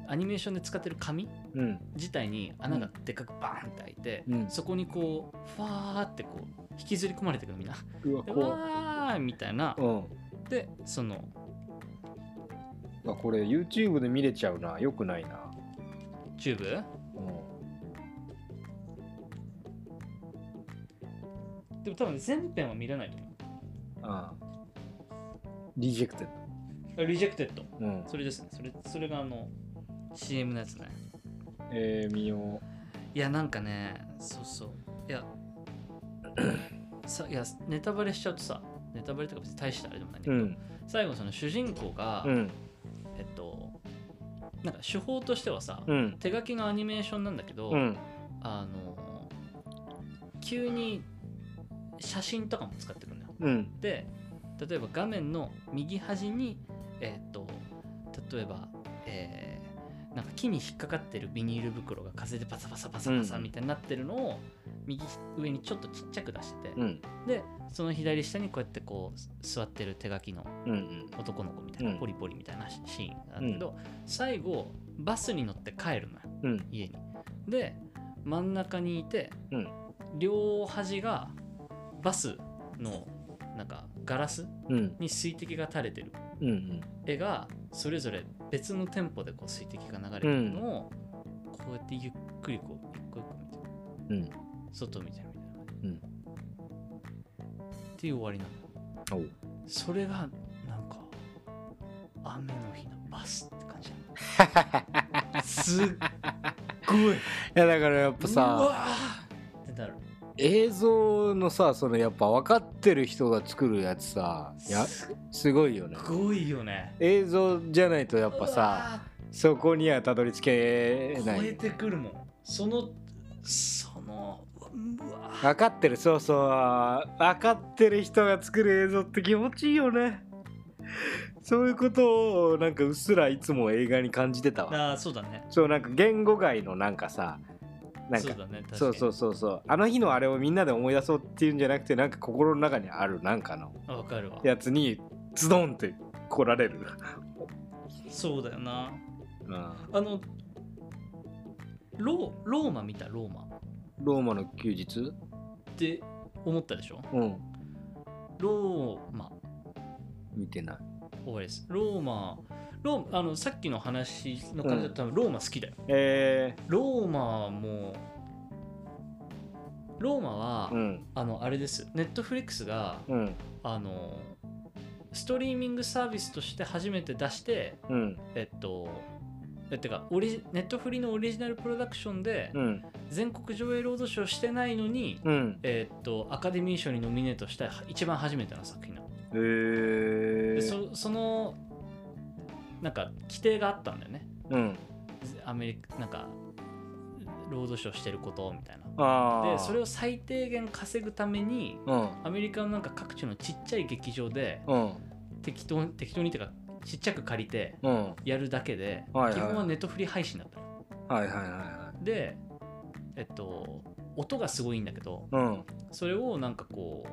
Speaker 4: アニメーションで使ってる紙
Speaker 3: うん
Speaker 4: 自体に穴がでっかくバーンって開いて、
Speaker 3: うん
Speaker 4: そこにこうファーってこう引きずり込まれてくるみんな
Speaker 3: うわ
Speaker 4: で
Speaker 3: こ
Speaker 4: わーみたいな
Speaker 3: ううん
Speaker 4: でその
Speaker 3: あこれ YouTube で見れちゃうなよくないな
Speaker 4: チューブ
Speaker 3: う
Speaker 4: でも多分全編は見れないと思
Speaker 3: んああリジェクテッ
Speaker 4: うあリジェクテッド
Speaker 3: ドうん
Speaker 4: それですねそれそれがあの CM のやつね
Speaker 3: えー、見よ
Speaker 4: いやなんかねそうそういやさいやネタバレしちゃうとさネタバレとか別に大したあれでもないんだ
Speaker 3: う
Speaker 4: けど、
Speaker 3: ん
Speaker 4: 最後その主人公が、
Speaker 3: うん
Speaker 4: えっとなんか手法としてはさ、
Speaker 3: うん
Speaker 4: 手書きのアニメーションなんだけど、
Speaker 3: うん
Speaker 4: あの急に写真とかも使ってくるのよ
Speaker 3: うん
Speaker 4: で例えば画面の右端にえっ、と例えばえーなんか木に引っかかってるビニール袋が風でパサパサパサパサ
Speaker 3: うん
Speaker 4: みたいになってるのを右上にちょっとちっちゃく出してて、
Speaker 3: うん
Speaker 4: でその左下にこうやってこう座ってる手書きの
Speaker 3: うん
Speaker 4: 男の子みたいな、
Speaker 3: うん
Speaker 4: ポリポリみたいなシシーンなんだけど、最後バスに乗って帰るのよ
Speaker 3: うん
Speaker 4: 家にで真ん中にいて、
Speaker 3: うん
Speaker 4: 両端がバスのなんかガラス
Speaker 3: うん
Speaker 4: に水滴が垂れてる
Speaker 3: うんうん
Speaker 4: 絵がそれぞれ別のテンポでこう水滴が流れてるのを、こうやってゆっくりこう一個一個見てる
Speaker 3: うん
Speaker 4: 外見てるみたいな感じ、
Speaker 3: うん
Speaker 4: っていう終わりなの
Speaker 3: おう
Speaker 4: それがなんか雨の日のバスって感じ だすっごい
Speaker 3: いやだからやっぱ
Speaker 4: う
Speaker 3: さ
Speaker 4: わーってなる
Speaker 3: 映像のさそのやっぱ分かってる人が作るやつさや
Speaker 4: す
Speaker 3: すごいよね
Speaker 4: っごいよね
Speaker 3: 映像じゃないとやっぱさそこにはたどり着
Speaker 4: う
Speaker 3: け
Speaker 4: わー
Speaker 3: な
Speaker 4: 超え
Speaker 3: い
Speaker 4: てくるもんそのそのうわ
Speaker 3: 分かってるそうそう分かってる人が作る映像って気持ちいいよねそういうことをなんかうっすらいつも映画に感じてたわ
Speaker 4: あーそうだね
Speaker 3: そうなんか言語外のなんかさなん
Speaker 4: そ
Speaker 3: か
Speaker 4: うだね確かに
Speaker 3: そうそうそうそうあの日のあれをみんなで思い出そうっていうんじゃなくてなんか心の中にあるなんかの
Speaker 4: あわかるわ
Speaker 3: やつにズドンって来られる、
Speaker 4: そうだよな
Speaker 3: うん、
Speaker 4: あのローローマ見たローマっ
Speaker 3: ローマの休日
Speaker 4: て思ったでしょ
Speaker 3: うん
Speaker 4: ローマ
Speaker 3: 見てない
Speaker 4: 多いですローマローあのさっきの話の感じだと多分ローマ好きだよ、
Speaker 3: え
Speaker 4: ローマはもうローマは、
Speaker 3: ー、うん
Speaker 4: あのあれですネットフリックスが
Speaker 3: うん
Speaker 4: あのストリーミングサービスとして初めて出して
Speaker 3: うん
Speaker 4: えっとえてかオリネットフリのオリジナルプロダクションで
Speaker 3: うん
Speaker 4: 全国上映ロードショーしてないのに、
Speaker 3: うん
Speaker 4: えっとアカデミー賞にノミネートした一番初めての作品なの
Speaker 3: えー、
Speaker 4: でそそのなんか規定があったんだよね
Speaker 3: うん
Speaker 4: アメリカなんかロードショーしてることみたいな
Speaker 3: あー
Speaker 4: でそれを最低限稼ぐために
Speaker 3: うん
Speaker 4: アメリカのなんか各地のちっちゃい劇場で
Speaker 3: うん
Speaker 4: 適当に適当にっていうかちっちゃく借りて
Speaker 3: うん
Speaker 4: やるだけで、
Speaker 3: はいはい
Speaker 4: 基本はネットフリ配信だったの
Speaker 3: はいはいはいは
Speaker 4: でえっと音がすごいんだけど
Speaker 3: いうん
Speaker 4: それをなんかこ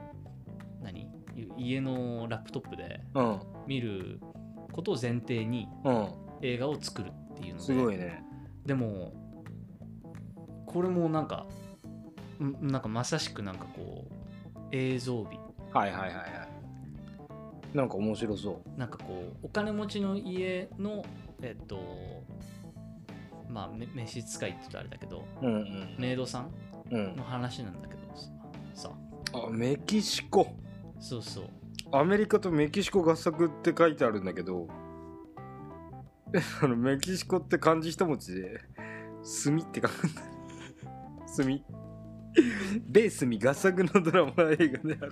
Speaker 4: う何い家のラップトップで
Speaker 3: うん
Speaker 4: 見ることを前提に
Speaker 3: うん
Speaker 4: 映画を作るっていうのです
Speaker 3: ごいね
Speaker 4: でもこれもなんかんなんかまさしくなんかこう映像美
Speaker 3: はいはいはいはいなんか面白そ
Speaker 4: なんかこうお金持ちの家のえっとまあめ召使いって言うとあれだけど
Speaker 3: ううんうん
Speaker 4: メイドさん
Speaker 3: うん
Speaker 4: の話なんだけどささ
Speaker 3: あメキシコ
Speaker 4: そうそう
Speaker 3: アメリカとメキシコ合作って書いてあるんだけどえあのメキシコって漢字一文字で「炭」って書くんだ炭米炭合作のドラマ映画である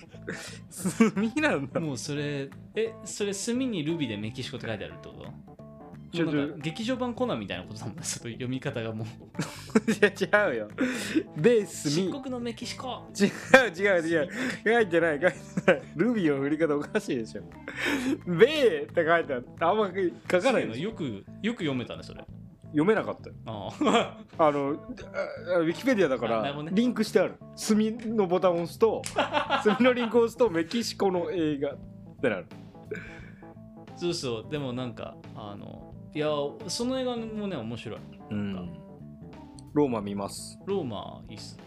Speaker 3: 炭なんだ
Speaker 4: もうそれえそれ墨にルビーでメキシコって書いてあるってこと
Speaker 3: ちょっと
Speaker 4: もうなんか劇場版コナンみたいなことだもんねちょっと読み方がもう
Speaker 3: いや違うよ米
Speaker 4: 漆
Speaker 3: 炭
Speaker 4: 黒のメキシコ
Speaker 3: 違う違う違う書いてない書いてないルビーの振り方おかしいでしょ米って書いてあるあんま書かないでしょ
Speaker 4: よくよく読めたねそれ
Speaker 3: 読めなかったよ
Speaker 4: ああ
Speaker 3: あのああウィキペディアだか
Speaker 4: あなる
Speaker 3: ら
Speaker 4: ほどね
Speaker 3: リンクしてある墨のボタンを押す と墨のリンクを押すとメキシコの映画ってなる
Speaker 4: そうそうでもなんかあのいやその映画もね面白いん
Speaker 3: ローマ見ます
Speaker 4: ローマいいっすね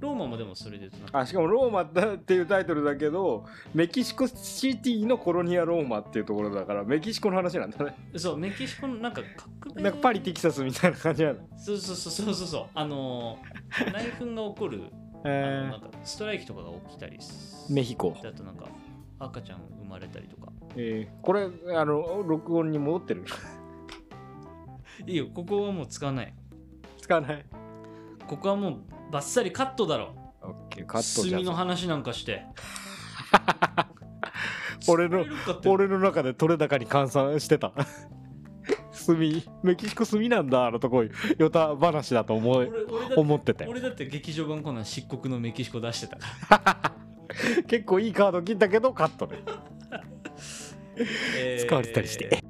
Speaker 4: ローマもでもそれで言うとなんか
Speaker 3: あしかも「ローマ」っていうタイトルだけどメキシコシティのコロニアローマっていうところだからメキシコの話なんだね
Speaker 4: そうメキシコのなんか革命
Speaker 3: なんかパリテキサスみたいな感じなんだ
Speaker 4: そうそうそうそうそうそうあの内紛が起こるあのなんかストライキとかが起きたりす
Speaker 3: メヒコ、
Speaker 4: だとなんか赤ちゃん生まれたりとか
Speaker 3: えーこれあの録音に戻ってる
Speaker 4: いいよここはもう使わない
Speaker 3: 使わない
Speaker 4: ここはもうバッサリカットだろ
Speaker 3: オッケーカットじゃ
Speaker 4: 炭の
Speaker 3: ん
Speaker 4: 話なんかして
Speaker 3: 俺の
Speaker 4: 使えるかって
Speaker 3: 俺の中で取れ高に換算してた炭メキシコ炭なんだあのとこよた話だと思い
Speaker 4: 俺俺だって
Speaker 3: 思ってて
Speaker 4: 俺だって劇場版コナン漆黒のメキシコ出してたか
Speaker 3: 結構いいカード切ったけどカットね
Speaker 4: ら、えー
Speaker 3: 使われたりして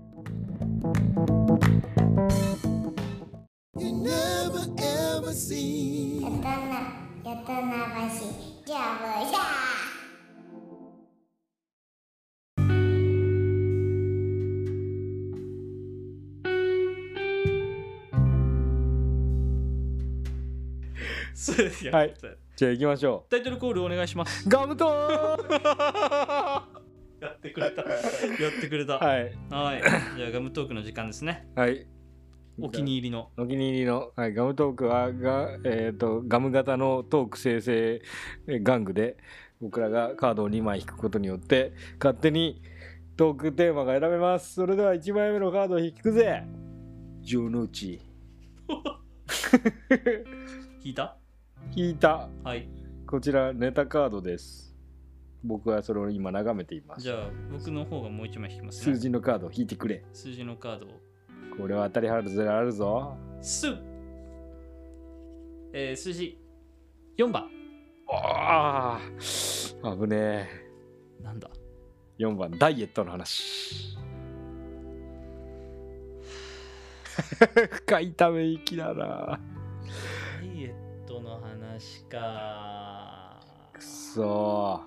Speaker 2: やったな、やったなばし、じゃあもうや
Speaker 4: そうですよ
Speaker 3: はいじゃあ行きましょ
Speaker 4: タイトルコールお願いします
Speaker 3: うガムトーン
Speaker 4: やってくれ たやってくれたは
Speaker 3: はい
Speaker 4: いじゃあガムトークの時間ですね
Speaker 3: はい
Speaker 4: お気に入りの
Speaker 3: お気に入りの、はい、ガムトークはが、えー、とガム型のトーク生成えー玩具で僕らがカードを2枚引くことによって勝手にトークテーマが選べますそれでは1枚目のカードを引くぜジョノチ
Speaker 4: 聞いた
Speaker 3: 引いた
Speaker 4: はい
Speaker 3: こちらネタカードです僕はそれを今眺めています
Speaker 4: じゃあ僕の方がもう一枚引きますね
Speaker 3: 数字のカードを引いてくれ
Speaker 4: 数字のカードを
Speaker 3: これは当たり外れあるぞ
Speaker 4: すえー、数字4番
Speaker 3: ああ危ねえ
Speaker 4: なんだ
Speaker 3: 4番ダイエットの 話深いため息だな
Speaker 4: ダイエットの話か
Speaker 3: くそ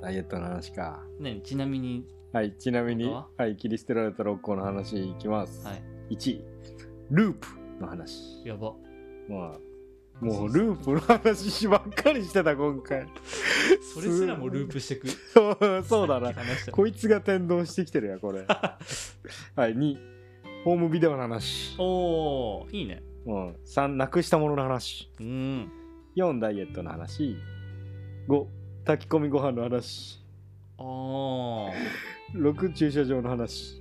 Speaker 3: ーダイエットの話か
Speaker 4: ねちなみに
Speaker 3: はいちなみに
Speaker 4: 本
Speaker 3: はい切り捨てられた六個の話いきます、
Speaker 4: はい
Speaker 3: 1位ループの話
Speaker 4: やば
Speaker 3: まあもうループの話ばっかりしてた今回
Speaker 4: それすらもループしてく
Speaker 3: そう そうだ
Speaker 4: さ
Speaker 3: な
Speaker 4: っき話した
Speaker 3: こいつが天丼してきてるや これはい2ホームビデオの話、
Speaker 4: おーいいね
Speaker 3: うん、3なくしたものの話
Speaker 4: うん
Speaker 3: 4ダイエットの話5炊き込みご飯の話
Speaker 4: あー
Speaker 3: 6駐車場の話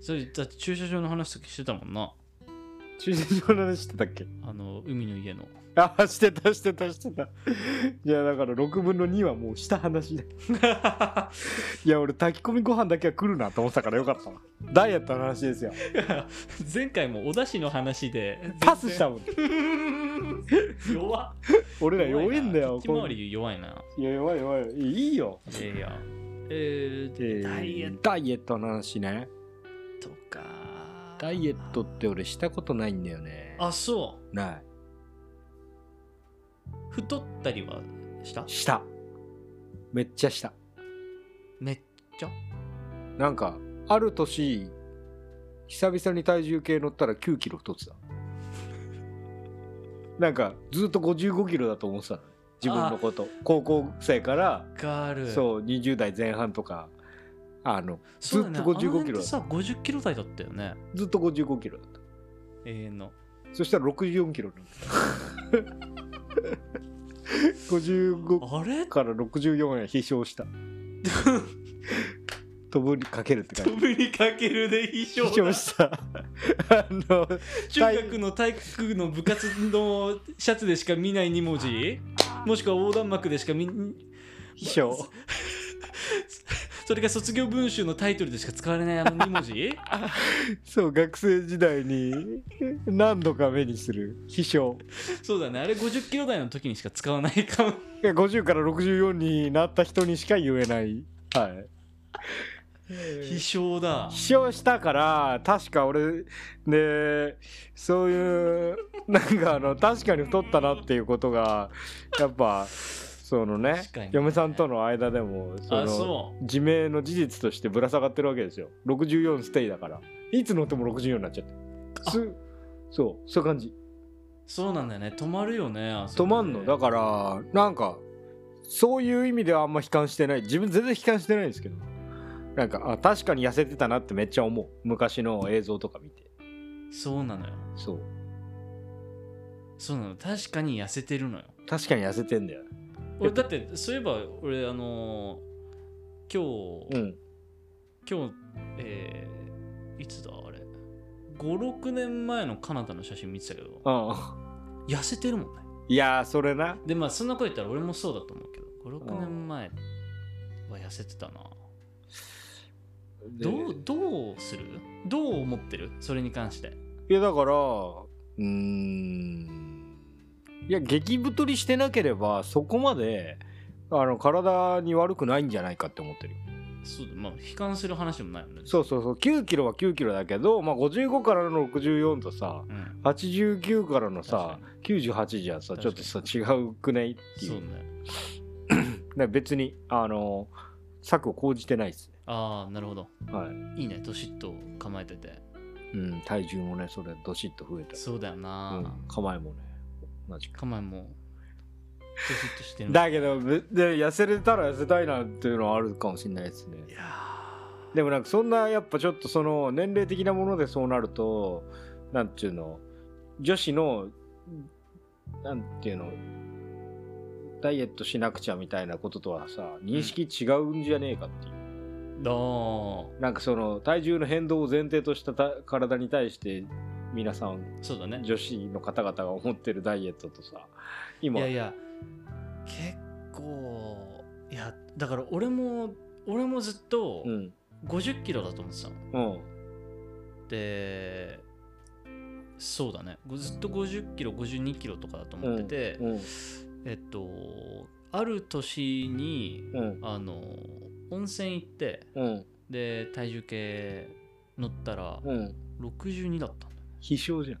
Speaker 4: それだって駐車場の話とかしてたもんな
Speaker 3: 駐車場の話してたっけ
Speaker 4: あの海の家の
Speaker 3: ああしてたしてたしてたじゃあだから6分の2はもうした話だ いや俺炊き込みご飯だけは来るなと思ってたからよかったわダイエットの話ですよ
Speaker 4: 前回もお出汁の話で
Speaker 3: パスしたもん
Speaker 4: 弱
Speaker 3: 俺ら 弱いんだよ
Speaker 4: ひまわり 弱いない
Speaker 3: や弱い弱いいいよ、
Speaker 4: いやいやえー
Speaker 3: えー
Speaker 4: ダイエッ
Speaker 3: ダイエットの話ね
Speaker 4: トか
Speaker 3: ダイエットって俺したことないんだよね
Speaker 4: あそ
Speaker 3: な
Speaker 4: う太ったりはした
Speaker 3: いしためっちゃした
Speaker 4: めっちゃ
Speaker 3: なんかある年久々に体重計乗ったら9キロ太ってた なんかずっと55キロだと思ってたの自分のこと高校生から
Speaker 4: ガールう
Speaker 3: そう20代前半とかあの
Speaker 4: そうだね
Speaker 3: ずっと55キロ
Speaker 4: あの辺ってさ50キロ台だったよね
Speaker 3: ずっと55キロだっ
Speaker 4: 永遠の
Speaker 3: たそしたら64キロになった 55
Speaker 4: あれ
Speaker 3: から64へ飛翔 した飛ぶにかけるって感じ
Speaker 4: 飛ぶにかけるで衣
Speaker 3: 飛
Speaker 4: 装
Speaker 3: 翔
Speaker 4: だ
Speaker 3: した あの
Speaker 4: 中学の体育の部活のシャツでしか見ない2文字もしくは横断幕でしか見
Speaker 3: 飛翔
Speaker 4: それが卒業文集のタイトルでしか使われないあの2文 字
Speaker 3: そう学生時代に何度か目にする飛翔
Speaker 4: そうだねあれ50キロ台の時にしか使わないかも
Speaker 3: いや50から64になった人にしか言えない、はい、
Speaker 4: 飛翔だ
Speaker 3: 飛翔したから確か俺でそういうなんかあの確かに太ったなっていうことがやっぱそのね
Speaker 4: 確かにね
Speaker 3: 嫁さんとの間でもそ
Speaker 4: あ
Speaker 3: の
Speaker 4: そ
Speaker 3: 自明の事実としてぶら下がってるわけですよ64ステイだからいつ乗っても64になっちゃってすそうそういう感じ
Speaker 4: うそうなんだよね止まるよねあそこ
Speaker 3: 止
Speaker 4: ね
Speaker 3: まんのだからなんかそういう意味ではあんま悲観してない自分全然悲観してないんですけどなんかあ確かに痩せてたなってめっちゃ思う昔の映像とか見て
Speaker 4: そうなのよ
Speaker 3: そう
Speaker 4: そうなの確かに痩せてるのよ
Speaker 3: 確かに痩せてんだよ
Speaker 4: 俺だってそういえば俺あのー今
Speaker 3: う
Speaker 4: 日、
Speaker 3: ん
Speaker 4: 今日えーいつだあれ56年前のカナダの写真見てたけど
Speaker 3: あ あ
Speaker 4: 痩せてるもんね
Speaker 3: いやーそれな
Speaker 4: でまあそんなこと言ったら俺もそうだと思うけど56年前は痩せてたな
Speaker 3: で
Speaker 4: どうどうするどう思ってるそれに関して
Speaker 3: いやだからうーんいや激太りしてなければそこまであの体に悪くないんじゃないかって思ってるよ
Speaker 4: そうだまあ悲観する話でもないよね
Speaker 3: そうそうそう9キロは9キロだけど、まあ、55からの64とさ、
Speaker 4: う、ん、
Speaker 3: 89からのさ
Speaker 4: 確
Speaker 3: 98じゃさちょっとさ違うくないってい
Speaker 4: そう
Speaker 3: う
Speaker 4: ね
Speaker 3: ね別にあの策を講じてないですね
Speaker 4: ああなるほど
Speaker 3: はい、
Speaker 4: いいねどしっと構えてて
Speaker 3: うん、体重もねそれどしっと増えた
Speaker 4: そうだよな、
Speaker 3: うん、構えもね同じ
Speaker 4: 構えもドシッとしてる
Speaker 3: だけどぶで痩せれたら痩せたいなっていうのはあるかもしれないですね
Speaker 4: いや
Speaker 3: でもなんかそんなやっぱちょっとその年齢的なものでそうなるとなんていうの女子のなんていうのダイエットしなくちゃみたいなこととはさ認識違うんじゃねえかっていう、
Speaker 4: ーあー
Speaker 3: なんかその体重の変動を前提としたた体に対して皆さん
Speaker 4: そうだね
Speaker 3: 女子の方々が思ってるダイエットとさ今
Speaker 4: いやいや結構いやだから俺も俺もずっと
Speaker 3: うん
Speaker 4: 50キロだと思ってたの、
Speaker 3: うん
Speaker 4: でそうだねずっと50キロ52キロとかだと思ってて、
Speaker 3: うん
Speaker 4: えっとある年に
Speaker 3: うん
Speaker 4: あの温泉行って
Speaker 3: うん
Speaker 4: で体重計乗ったら
Speaker 3: うん
Speaker 4: 62だったんだよ
Speaker 3: 飛翔じゃ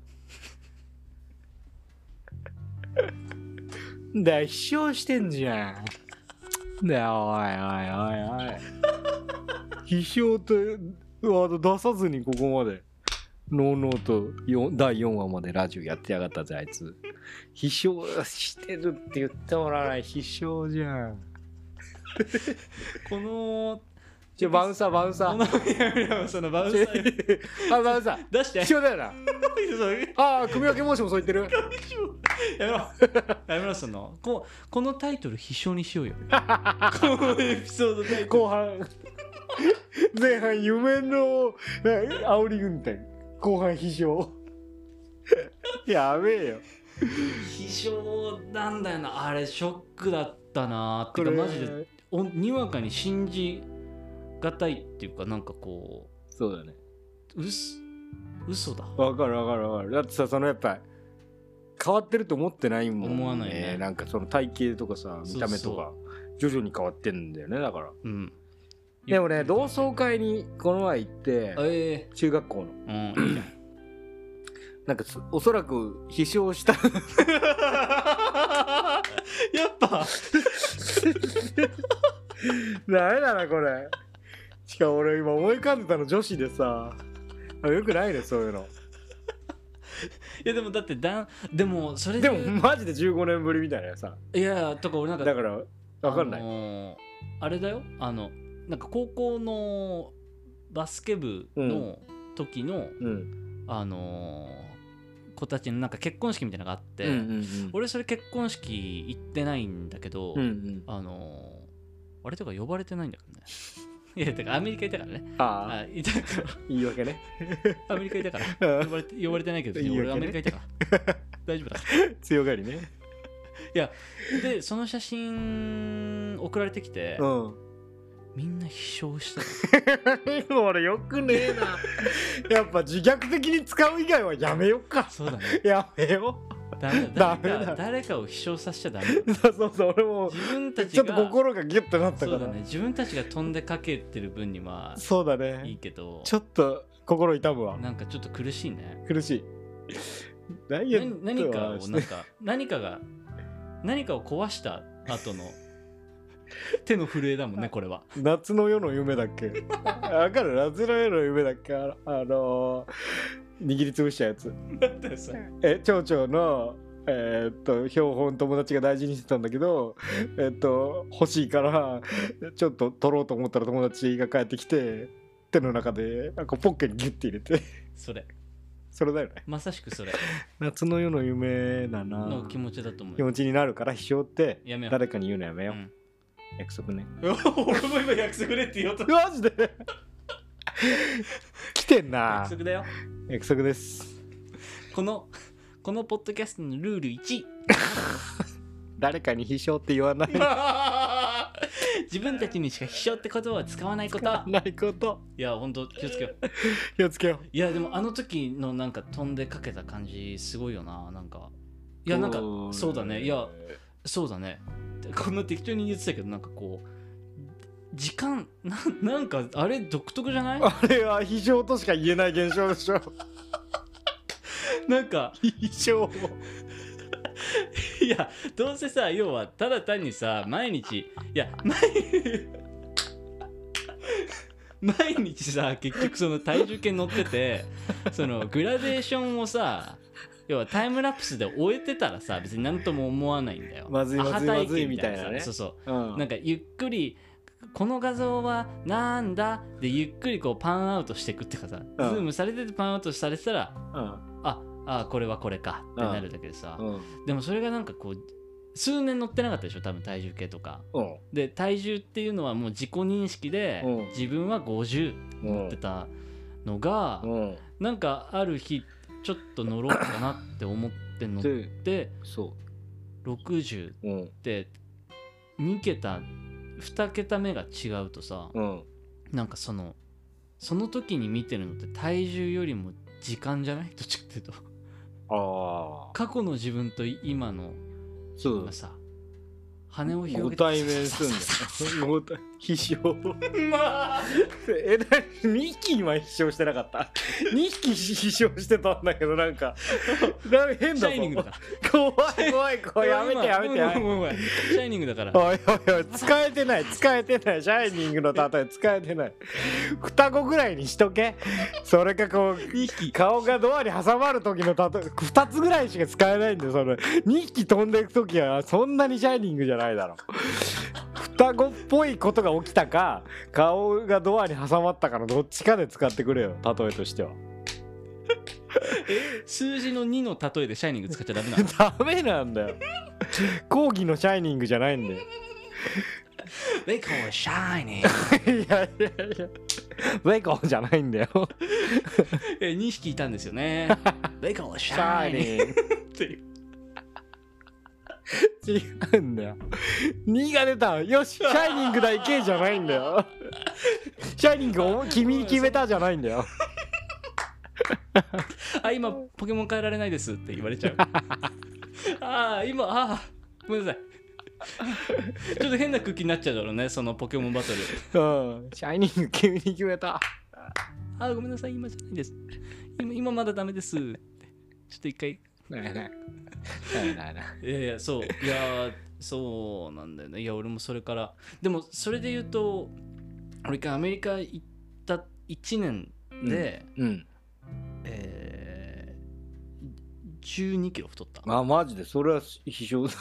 Speaker 3: ん。だ、飛翔してんじゃん。だよ、おいおいおいおい。飛翔ってワード出さずにここまで。ノーノーとよ第4話までラジオやってやがったぜ、あいつ。飛翔してるって言ってもらわない。飛翔じゃん。
Speaker 4: この
Speaker 3: じゃ、バウンサー、バウンサ
Speaker 4: こ
Speaker 3: ー。
Speaker 4: のいやいやそのバウンサー
Speaker 3: あ、バウンサー。
Speaker 4: 出して
Speaker 3: 飛翔だよな。ああ、組み分け申しもそう言ってる。
Speaker 4: やめろ やめろそのここのタイトル必勝にしようよ このエピソードタイト
Speaker 3: 後半前半夢のな煽り運転後半飛翔 やべえよ
Speaker 4: 非常なんだよなあれショックだったなって
Speaker 3: こ
Speaker 4: い
Speaker 3: れ
Speaker 4: うかマジでおにわかに信じがたいっていうかなんかこ
Speaker 3: そうだね
Speaker 4: ううす嘘だ
Speaker 3: わかるわかるわかるだってさそのやっぱ変わってると思ってないもん、
Speaker 4: 思わないね
Speaker 3: なんかその体型とかさ見た目とか徐々に変わってんだよねだから
Speaker 4: うん
Speaker 3: でもね同窓会にこの前行って
Speaker 4: え
Speaker 3: 中学校の
Speaker 4: えうんいいじゃん
Speaker 3: なんかそおそらく飛翔 した
Speaker 4: やっぱ
Speaker 3: ダメだなこれしかも俺今思い浮かんでたの女子でさよくないねそういうの
Speaker 4: いやでもだってだんでもそれ
Speaker 3: でもマジで15年ぶりみたいなさ
Speaker 4: いやとか俺なんか
Speaker 3: だからわかんない、
Speaker 4: あのーあれだよあのなんか高校のバスケ部の時の、
Speaker 3: うん
Speaker 4: あのー子たちのなんか結婚式みたいなのがあって、
Speaker 3: うんうんうん
Speaker 4: 俺それ結婚式行ってないんだけど、
Speaker 3: うんうん
Speaker 4: あのーあれとか呼ばれてないんだけどね いやだからアメリカいたからね
Speaker 3: ああ
Speaker 4: あいたか
Speaker 3: 言い訳ね
Speaker 4: らアメリカいたから呼ばれて呼ばれてないけど、
Speaker 3: いいわけね
Speaker 4: 俺アメリカいたから大丈夫だか
Speaker 3: 強がりね
Speaker 4: らでその写真送られてきて、
Speaker 3: うん
Speaker 4: みんな飛翔したの
Speaker 3: 俺よくねえなやっぱ自虐的に使う以外はやめよっか
Speaker 4: そうだね
Speaker 3: やめよ
Speaker 4: ダメ
Speaker 3: ダ
Speaker 4: だ
Speaker 3: メ
Speaker 4: 誰
Speaker 3: だ
Speaker 4: か誰かを飛翔させちゃダメだ
Speaker 3: う そうそうそう俺も
Speaker 4: 自分たち
Speaker 3: ちょ
Speaker 4: が
Speaker 3: っと心がギュッとなった
Speaker 4: そ
Speaker 3: か
Speaker 4: うだ
Speaker 3: ら
Speaker 4: ね自分たちが飛んでかけてる分には
Speaker 3: そうだ
Speaker 4: いい
Speaker 3: ね
Speaker 4: けど
Speaker 3: ちょっと心痛むわ
Speaker 4: なんかちょっと苦しいね
Speaker 3: 苦 しいダイエッ
Speaker 4: 何
Speaker 3: ト
Speaker 4: 何か
Speaker 3: は
Speaker 4: を
Speaker 3: し
Speaker 4: な
Speaker 3: て
Speaker 4: んか何かが何かを壊した後 の手の震えだもんねこれは
Speaker 3: 夏の夜の夢だっ けわかる夏の夜の夢だっけああのー、握りつぶしたやつえ町長のえーっと標本友達が大事にしてたんだけどえーっと欲しいからちょっと取ろうと思ったら友達が帰ってきて手の中でなんかポッケにギュッて入れて
Speaker 4: それ
Speaker 3: それだよね
Speaker 4: まさしくそれ
Speaker 3: 夏の夜の夢だな
Speaker 4: の気持ちだと思う
Speaker 3: 気
Speaker 4: よ
Speaker 3: 持ちになるから秘書って
Speaker 4: やめよう
Speaker 3: 誰かに言うのやめよう、
Speaker 4: うん
Speaker 3: 約束 ね
Speaker 4: 俺も今約束ねって言おうと
Speaker 3: マジで 来てんな
Speaker 4: 約束だよ
Speaker 3: 約束です
Speaker 4: このこのポッドキャストのルール1
Speaker 3: 誰かに秘書って言わ ない
Speaker 4: 自分たちにしか秘書って言葉を使わないこと
Speaker 3: ないこと
Speaker 4: いや本当気をつけよう
Speaker 3: 気をつけよ
Speaker 4: いやでもあの時のなんか飛んでかけた感じすごいよななんか
Speaker 3: う
Speaker 4: いやなんかそうだねいやそうだねこんな適当に言ってたけどなんかこう時間なんなんかあれ独特じゃない
Speaker 3: あれは非常としか言えない現象でしょ
Speaker 4: なんか
Speaker 3: 非常
Speaker 4: いやどうせさ要はただ単にさ毎日いや毎 毎日さ結局その体重計乗っててそのグラデーションをさ要はタイムラプスで終えてたらさ別に何とも思わないんだよ。
Speaker 3: まずい
Speaker 4: アハ
Speaker 3: まずい
Speaker 4: 体
Speaker 3: まずい
Speaker 4: 験
Speaker 3: みたいな
Speaker 4: さ
Speaker 3: ね
Speaker 4: そうそう
Speaker 3: うん
Speaker 4: なんかゆっくりこの画像はなんだでゆっくりこうパンアウトしていくっていうかさ、
Speaker 3: うん
Speaker 4: ズームされててパンアウトされてたら
Speaker 3: うん
Speaker 4: ああこれはこれかってなるだけでさ、
Speaker 3: うん
Speaker 4: でもそれがなんかこう数年乗ってなかったでしょ多分体重計とか
Speaker 3: うん
Speaker 4: で体重っていうのはもう自己認識で、
Speaker 3: うん
Speaker 4: 自分は50乗ってたのが、
Speaker 3: うん
Speaker 4: なんかある日ちょっと乗ろうかなって思って乗っ
Speaker 3: で
Speaker 4: て
Speaker 3: そ
Speaker 4: 60っ
Speaker 3: ううん
Speaker 4: て2桁2桁目が違うとさ
Speaker 3: うん
Speaker 4: なんかそのその時に見てるのって体重よりも時間じゃないどっちかっていうと
Speaker 3: ああ
Speaker 4: 過去の自分と今の
Speaker 3: そう
Speaker 4: がさ羽を広
Speaker 3: ご
Speaker 4: げて
Speaker 3: 対面すんだよご対非常 えだ2匹今飛翔してなかった2匹飛翔してたんだけどなん かなんか変
Speaker 4: シ
Speaker 3: だ
Speaker 4: ャイニングだ
Speaker 3: ぞ
Speaker 4: から
Speaker 3: 怖い怖い怖いやめてやめてやめて
Speaker 4: ごめんごめんごめんシャイニングだから
Speaker 3: おいおいおい使えてない使えてないシャイニングの例え使えてない双子ぐらいにしとけそれかこう顔がドアに挟まる時の例え2つぐらいしか使えないんだよその2匹飛んでいく時はそんなにシャイニングじゃないだろ双子っぽいことが起きたか顔がドアに挟まったかのどっちかで使ってくれよ例えとしては
Speaker 4: 数字の2の例えでシャイニング使っちゃダメなの
Speaker 3: ダメなんだよ講義のシャイニングじゃないんだよ
Speaker 4: They call it shining
Speaker 3: いやいやいや ベイコーじゃないんだよ。
Speaker 4: えー、2匹いたんですよね。ベイコーシ
Speaker 3: シャー
Speaker 4: ャイニーっ
Speaker 3: ニー
Speaker 4: ていう。
Speaker 3: 違うんだよ。2が出たよしシャイニングだいけじゃないんだよ。シャイニングお君に決めたじゃないんだよ。
Speaker 4: あ、今ポケモン変えられないですって言われちゃう。ああ、今、ああ、ごめんなさい。ちょっと変な空気になっちゃうだろうね、そのポケモンバトル。
Speaker 3: うん。シャイニング君に決めた。
Speaker 4: ああ、ごめんなさい、今じゃないです。今今まだダメです。ちょっと一回
Speaker 3: ないない。ないないない。
Speaker 4: いやいやそういやーそうなんだよねいや俺もそれからでもそれで言うと俺一回アメリカ行った1年で、
Speaker 3: うん。
Speaker 4: え1 2キ ロ太った
Speaker 3: あ、マジで、それは非常だ。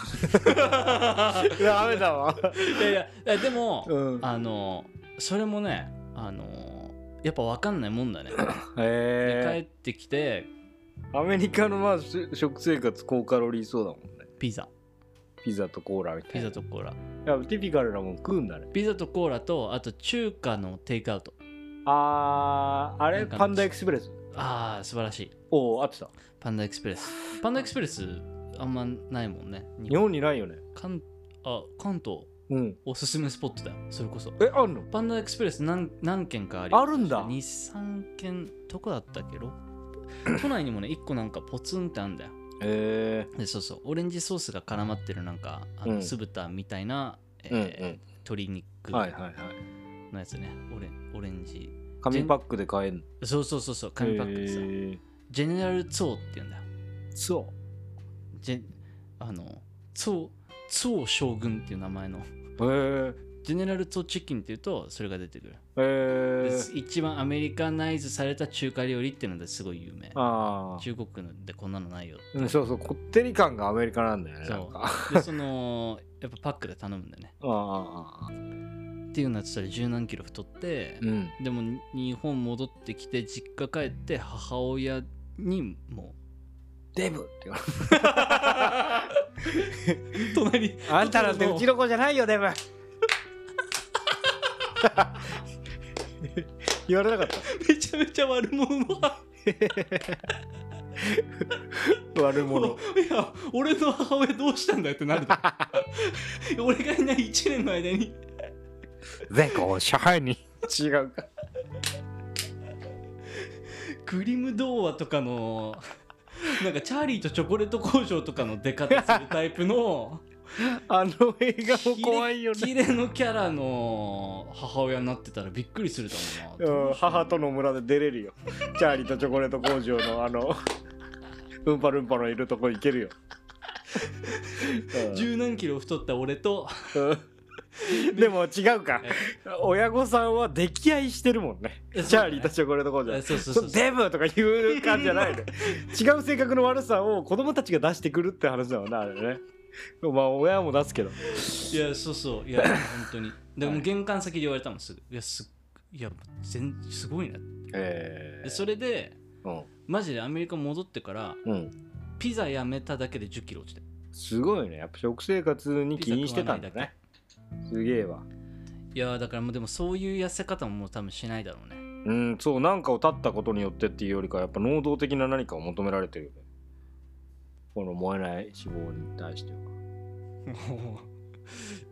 Speaker 3: ダメだわ。
Speaker 4: いやいやいやでも、
Speaker 3: うん。
Speaker 4: あのそれもねあのやっぱ分かんないもんだね、で
Speaker 3: へえ。
Speaker 4: 帰ってきて
Speaker 3: アメリカのまあし食生活高カロリーそうだもんね。
Speaker 4: ピザ
Speaker 3: ピザとコーラみた
Speaker 4: ピ
Speaker 3: いな。
Speaker 4: ザとコーラ
Speaker 3: やっぱティピカルなもん食うんだね。
Speaker 4: ピザとコーラとあと中華のテイクアウト
Speaker 3: あー、あ
Speaker 4: な
Speaker 3: れ
Speaker 4: んか
Speaker 3: パンダエクスプレス。
Speaker 4: ああ素晴らしい
Speaker 3: おお、合ってた。
Speaker 4: パンダエクスプレスパンダエクスプレスあんまないもんね
Speaker 3: 日本にないよね。
Speaker 4: 関あ関東
Speaker 3: うん。
Speaker 4: おすすめスポットだよそれこそ
Speaker 3: え、あんの
Speaker 4: パンダエクスプレス何何軒かあり
Speaker 3: あるんだ
Speaker 4: 23軒どこだったっ けろ都内にもね1個なんかポツンってあんだよ
Speaker 3: へえ。
Speaker 4: でそうそうオレンジソースが絡まってるなんかあ
Speaker 3: う
Speaker 4: の
Speaker 3: ん
Speaker 4: 酢豚みたいな、え
Speaker 3: うんう
Speaker 4: ー
Speaker 3: ん。
Speaker 4: 鶏肉
Speaker 3: はい
Speaker 4: の
Speaker 3: はいはい。
Speaker 4: やつね、オレンオレンジ
Speaker 3: 紙パックで買えんの。
Speaker 4: そうそうそうそう紙パックでさ、
Speaker 3: へ
Speaker 4: ジェネラルツォーって言うんだよ
Speaker 3: ーそ
Speaker 4: ジェあのツォーツォー将軍っていう名前の
Speaker 3: う。へ
Speaker 4: ジェネラルツォーチキンっていうとそれが出てくる
Speaker 3: え。へえ。
Speaker 4: 一番アメリカナイズされた中華料理っていうのですごい有名
Speaker 3: ああ。
Speaker 4: 中国でこんなのないよ
Speaker 3: うん、そうそう、こってり感がアメリカなんだよね。
Speaker 4: そう
Speaker 3: なんか。あ
Speaker 4: でそのやっぱパックで頼むんだよね
Speaker 3: あ。
Speaker 4: っていうのやってたら十何キロ太って、
Speaker 3: うん。
Speaker 4: でも日本戻ってきて実家帰って母親にも
Speaker 3: デブって言われる
Speaker 4: う 隣
Speaker 3: あんたなんてうちの子じゃないよ、 デブ言われなかっ
Speaker 4: めちゃめちゃ悪者の
Speaker 3: た。悪 者。
Speaker 4: いや俺の母親どうしたんだよってなる 俺がいない1年の間に
Speaker 3: 全国支配に。違うか。
Speaker 4: グリム童話とかのなんかチャーリーとチョコレート工場とかの出方するタイプの
Speaker 3: あの映画も 怖いよね。
Speaker 4: キレのキャラの母親になってたらびっくりするだろうな
Speaker 3: うん、母との村で出れるよ。チャーリーとチョコレート工場のあの、 うんぱるんぱのいるとこ行けるよ。
Speaker 4: 十何キロ太った俺と
Speaker 3: うんでも違うか。親御さんは溺愛してるもんね。チ
Speaker 4: えそうだね
Speaker 3: ャーリーとチョコレート工場
Speaker 4: え。そうそう
Speaker 3: そ
Speaker 4: そううそう
Speaker 3: デブとか言う感じじゃ ないね違う性格の悪さを子供たちが出してくるって話だもんなあれねまあ親も出すけど
Speaker 4: いやそうそういや本当にでも玄関先で言われたもんすぐいやすいや全すごいな
Speaker 3: え
Speaker 4: でそれで
Speaker 3: うん
Speaker 4: マジでアメリカ戻ってから
Speaker 3: うん
Speaker 4: ピザやめただけで1 0キロ落ちて
Speaker 3: すごいねやっぱ食生活に気にしてたんだ
Speaker 4: ピザ食わない
Speaker 3: ねすげえわ
Speaker 4: いやだからもうでもそういう痩せ方ももう多分しないだろうね
Speaker 3: うんそうなんかを断ったことによってっていうよりかはやっぱ能動的な何かを求められてるよねこの燃えない脂肪に対しては
Speaker 4: も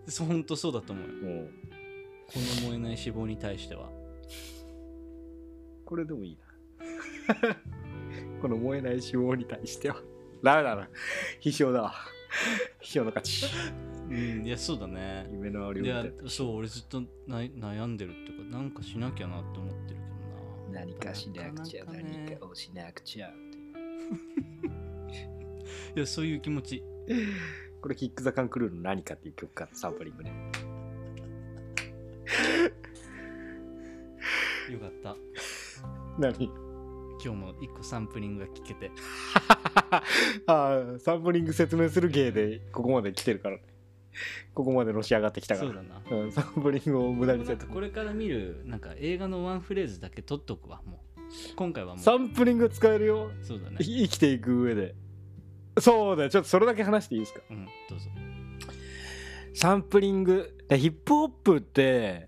Speaker 4: うそう本当そうだと思うよ
Speaker 3: うん
Speaker 4: この燃えない脂肪に対しては
Speaker 3: これでもいいな この燃えない脂肪に対してはダメだな必勝だわ必勝の勝ち
Speaker 4: うんいやそうだね
Speaker 3: 夢のある
Speaker 4: いや
Speaker 3: よ
Speaker 4: そう俺ずっとな悩んでるっていうかなんかしなきゃなって思ってるけどな
Speaker 3: 何かしなくちゃ
Speaker 4: なかなかね
Speaker 3: 何かをしなくちゃって
Speaker 4: いやそういう気持ち
Speaker 3: これキック・ザ・カン・クルーの何かっていう曲かサンプリングね
Speaker 4: よかった
Speaker 3: 何
Speaker 4: 今日も一個サンプリングが聞けて
Speaker 3: ああサンプリング説明する芸でここまで来てるからねここまでのし上がってきたか
Speaker 4: そう
Speaker 3: ら
Speaker 4: だな
Speaker 3: うん、サンプリングを無駄に
Speaker 4: な
Speaker 3: せ
Speaker 4: ん
Speaker 3: ず
Speaker 4: かこれから見るなんか映画のワンフレーズだけ取っとくわもう今回はもう
Speaker 3: サンプリング使えるよ
Speaker 4: そうだね
Speaker 3: い生きていく上でそうだよちょっとそれだけ話していいですか
Speaker 4: うんどうぞ
Speaker 3: サンプリングでヒップホップって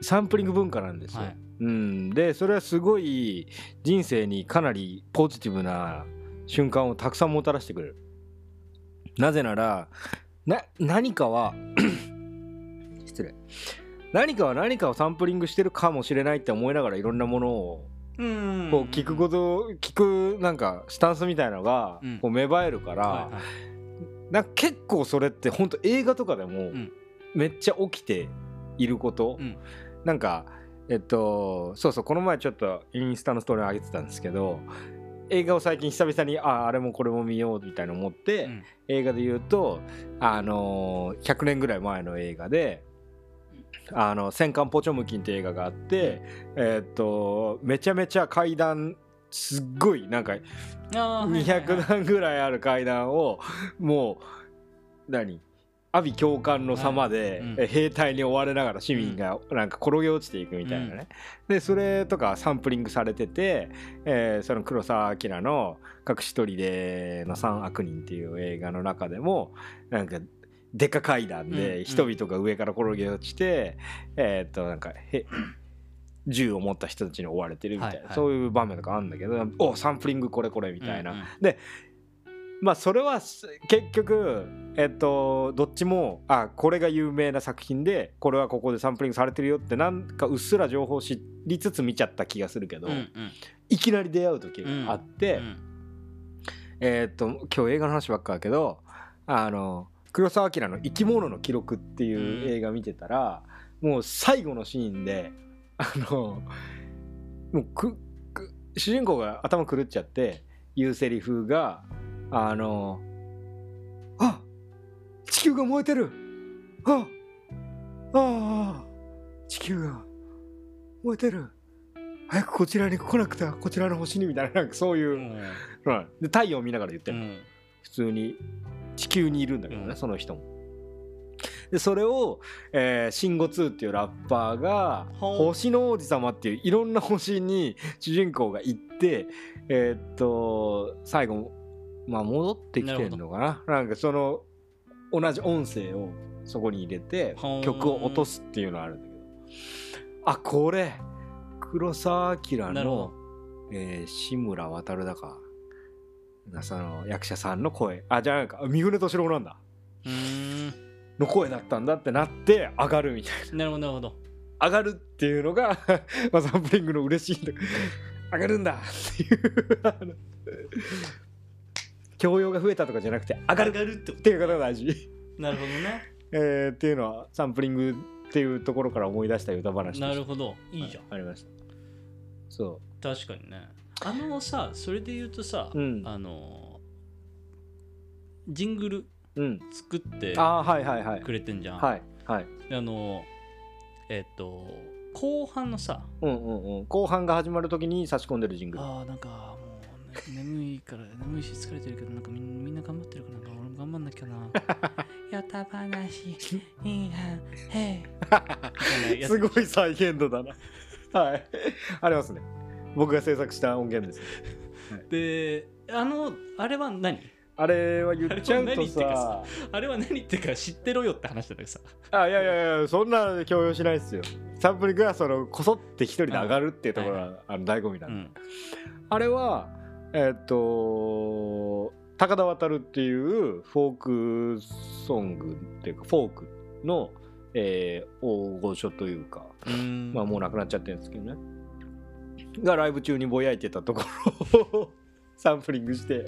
Speaker 3: サンプリング文化なんですよ、
Speaker 4: はい
Speaker 3: うん、でそれはすごい人生にかなりポジティブな瞬間をたくさんもたらしてくれるなぜならな何かは 失礼何かは何かをサンプリングしてるかもしれないって思いながらいろんなものを
Speaker 4: うん
Speaker 3: こう聞くこと聞くなんかスタンスみたいなのが
Speaker 4: うん
Speaker 3: こう芽生えるから、
Speaker 4: はいはい
Speaker 3: なんか結構それって本当映画とかでも
Speaker 4: ん
Speaker 3: めっちゃ起きていること、
Speaker 4: うん
Speaker 3: なんかえっとそうそうこの前ちょっとインスタのストーリー上げてたんですけど映画を最近久々にああれもこれも見ようみたいなの思って、
Speaker 4: うん
Speaker 3: 映画で言うとあのー100年ぐらい前の映画で「あの戦艦ポチョムキン」って映画があって、えっとめちゃめちゃ階段すっごいなんか
Speaker 4: あーはいはいはい
Speaker 3: 200段ぐらいある階段をもう何阿鼻教官の様で
Speaker 4: はいうん
Speaker 3: え兵隊に追われながら市民がなんか転げ落ちていくみたいなね、でそれとかサンプリングされてて、えーその黒澤明の「隠し砦の三悪人」っていう映画の中でもなんかでか階段
Speaker 4: うんう
Speaker 3: で
Speaker 4: ん
Speaker 3: 人々が上から転げ落ちて、えーっとなんかへ銃を持った人たちに追われてるみたいな、
Speaker 4: はいはい
Speaker 3: そういう場面とかあるんだけど「おサンプリングこれこれ」みたいな、
Speaker 4: うんうん
Speaker 3: まあそれはす結局えっとどっちもあこれが有名な作品でこれはここでサンプリングされてるよってなんかうっすら情報知りつつ見ちゃった気がするけど、
Speaker 4: うんうん
Speaker 3: いきなり出会う時があって、
Speaker 4: うん
Speaker 3: えっと今日映画の話ばっかだけどあの黒澤明の「生き物の記録」っていう映画見てたら、もう最後のシーンであのもうくく主人公が頭狂っちゃって言うセリフがあの「あ地球が燃えてるあああ地球が燃えてる早くこちらに来なくてはこちらの星に」みたいななんかそういう。はい、で太陽を見ながら言って
Speaker 4: う
Speaker 3: るの、
Speaker 4: ん
Speaker 3: 普通に地球にいるんだけどね、
Speaker 4: うん
Speaker 3: その人も。でそれを、えー、シンゴ2っていうラッパーが「
Speaker 4: ほう
Speaker 3: 星の王子様」っていういろんな星に主人公が行ってえーっと最後まあ戻ってきてんのかなななんかその同じ音声をそこに入れて
Speaker 4: ほう
Speaker 3: 曲を落とすっていうのがあるんだけどあこれ黒澤明
Speaker 4: なる
Speaker 3: の
Speaker 4: ほど
Speaker 3: えー志村渡るだかなその役者さんの声あじゃあなんかあ三船敏郎なんだ
Speaker 4: うー
Speaker 3: の声だったんだってなって上がるみたい
Speaker 4: んなるほどなるほど
Speaker 3: な上がるっていうのが、 まあ、サンプリングの嬉しいんだ上がるんだっていうあの教養が増えたとかじゃなくて上がる
Speaker 4: がるってこ
Speaker 3: っていうことが大事、
Speaker 4: となるほどね
Speaker 3: えーっていうのはサンプリングっていうところから思い出した歌話でした
Speaker 4: なるほどいいじゃん
Speaker 3: ありましたそ
Speaker 4: 確かにねあのさそれで言うとさ、
Speaker 3: うん
Speaker 4: あのジングル
Speaker 3: ううん
Speaker 4: 作って
Speaker 3: ああーはいはいはい
Speaker 4: くれてんじゃん、
Speaker 3: はいはい
Speaker 4: であのえっ、と後半のさ
Speaker 3: うんうんうん、後半が始まるときに差し込んでるジングル
Speaker 4: あーなんかもう、ね、眠いから眠いし疲れてるけどなんかみんみんな頑張ってるからなんか俺も頑張んなきゃ なやた 話いいはへいみたいなやつ
Speaker 3: すごい再現度だな はいありますね僕が制作した音源です
Speaker 4: であのあれは何
Speaker 3: あれは言っちゃう
Speaker 4: あれは何
Speaker 3: と
Speaker 4: っていうか
Speaker 3: さ
Speaker 4: あれは何っていうか知ってろよって話なんだけどさ
Speaker 3: あいやいやいやそんな強要しないですよサンプリングはそのこそって一人で上がるっていうところが、あの醍醐味なんで、
Speaker 4: うん
Speaker 3: あれはえーっと高田渡るっていうフォークソングっていうかフォークの、えー大御所というか
Speaker 4: うん
Speaker 3: まあもうなくなっちゃってるんですけどね。がライブ中にぼやいてたところをサンプリングして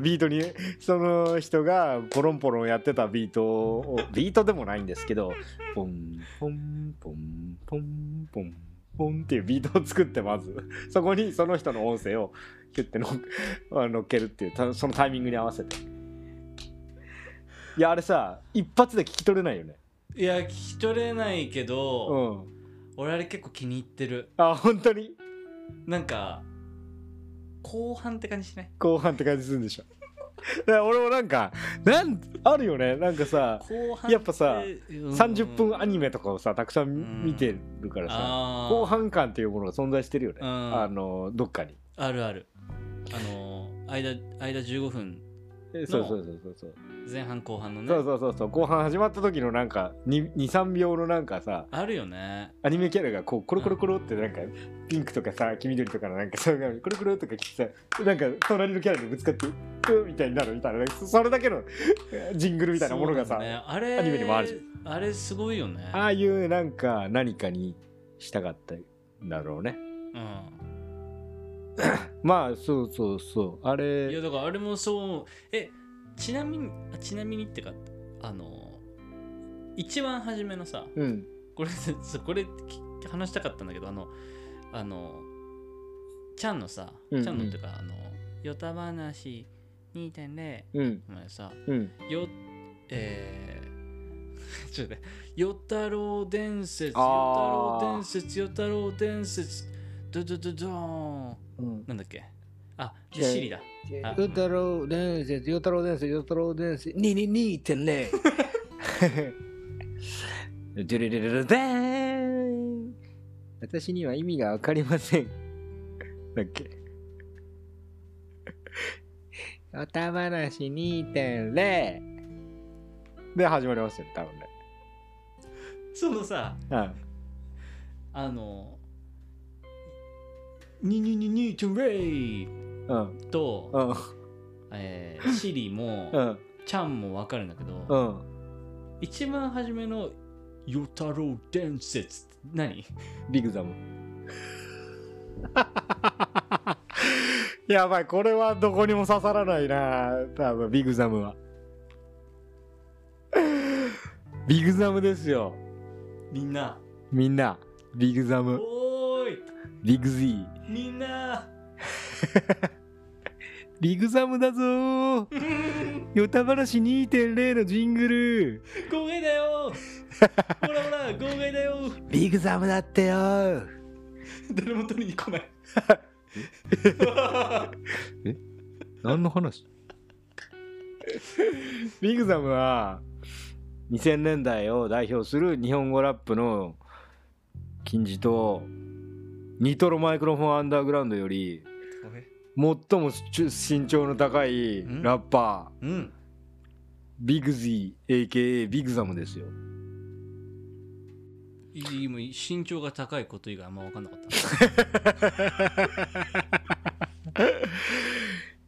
Speaker 3: ビートにその人がポロンポロンやってたビートをビートでもないんですけどポンポンポンポンポンポンっていうビートを作ってまずそこにその人の音声をキュッてのあ乗っけるっていうたそのタイミングに合わせていやあれさ一発で聞き取れないよね
Speaker 4: いや聞き取れないけ
Speaker 3: う
Speaker 4: ど、
Speaker 3: ん
Speaker 4: 俺あれ結構気に入ってる
Speaker 3: あ本当に
Speaker 4: なんか後半って感じしない
Speaker 3: 後半って感じするんでしょだから俺もなんかなんあるよねなんかさ
Speaker 4: 後半
Speaker 3: やっぱさ30分ア
Speaker 4: ニ
Speaker 3: ニメとかをさたくさ
Speaker 4: うん
Speaker 3: ん見てるからさ
Speaker 4: あー
Speaker 3: 後半感っていうものが存在してるよね
Speaker 4: うん
Speaker 3: あのどっかに
Speaker 4: あるあるあのー間間15分
Speaker 3: えそうそうそうそうそう
Speaker 4: 前半後半のね
Speaker 3: そうそうそうそう後半始まった時のなんか23秒のなんかさ
Speaker 4: あるよね
Speaker 3: アニメキャラがこうコロコロコロってなんかピンクとかさ黄緑とかのなんかそういうのコロコロとか来てさなんか隣のキャラにぶつかってうっみたいになるみたいなそそれだけのジングルみたいなものが
Speaker 4: そ
Speaker 3: さ、
Speaker 4: うだねあれ
Speaker 3: アニメにもあるし
Speaker 4: あれすごいよね
Speaker 3: ああいうなんか何かにしたかったんだろうね
Speaker 4: うん
Speaker 3: まあそうそうそうあ
Speaker 4: いや
Speaker 3: れ
Speaker 4: だからあれもそう思うえちなみにあちなみにってかあの一番初めのさ
Speaker 3: うん
Speaker 4: これそうこれき話したかったんだけどあのあのちゃんのさ、
Speaker 3: うんうん
Speaker 4: ちゃんのっていうかあのヨタ話2.0
Speaker 3: うん
Speaker 4: お前さ
Speaker 3: うん
Speaker 4: よえー ちょっと待って与太郎伝説
Speaker 3: あー
Speaker 4: 与太郎伝説与太郎伝説ドドドドーン
Speaker 3: うん
Speaker 4: なんだっけあ
Speaker 3: じ
Speaker 4: で
Speaker 3: ゃあ
Speaker 4: シリだあ
Speaker 3: 与太郎伝説、与太郎伝説、与太郎伝説、にににってね。ドゥルルルルデーン私には意味がわかりません。だっけおたばなし2.0で始まりますよ、多分ね。
Speaker 4: そのさ
Speaker 3: うん
Speaker 4: あのニニニニチュンレイ
Speaker 3: うん
Speaker 4: と、
Speaker 3: うん
Speaker 4: えーシリも、
Speaker 3: うん
Speaker 4: ちゃんもわかるんだけど、
Speaker 3: うん
Speaker 4: 一番初めの「与太郎伝説」って何
Speaker 3: ビッグザム やばいこれはどこにも刺さらないな多分ビッグザムはビッグザムですよ
Speaker 4: みんな
Speaker 3: みんなビッグザム
Speaker 4: おーい
Speaker 3: ビッグ Z
Speaker 4: みんな
Speaker 3: ビッグザムだぞーヨタ話2.0のジングル
Speaker 4: 豪快だ よほらほら豪快だよ
Speaker 3: ビッグザムだってよー
Speaker 4: 誰も取りに来ない
Speaker 3: 何の話ビグザムは2000年代を代表する日本語ラップの金字塔ニトロマイクロフォンアンダーグラウンドより最も身長の高い
Speaker 4: ん
Speaker 3: ラッパー
Speaker 4: うん
Speaker 3: ビグズィ AKA ビグザムですよ
Speaker 4: 今身長が高いこと以外あんま分かんなかった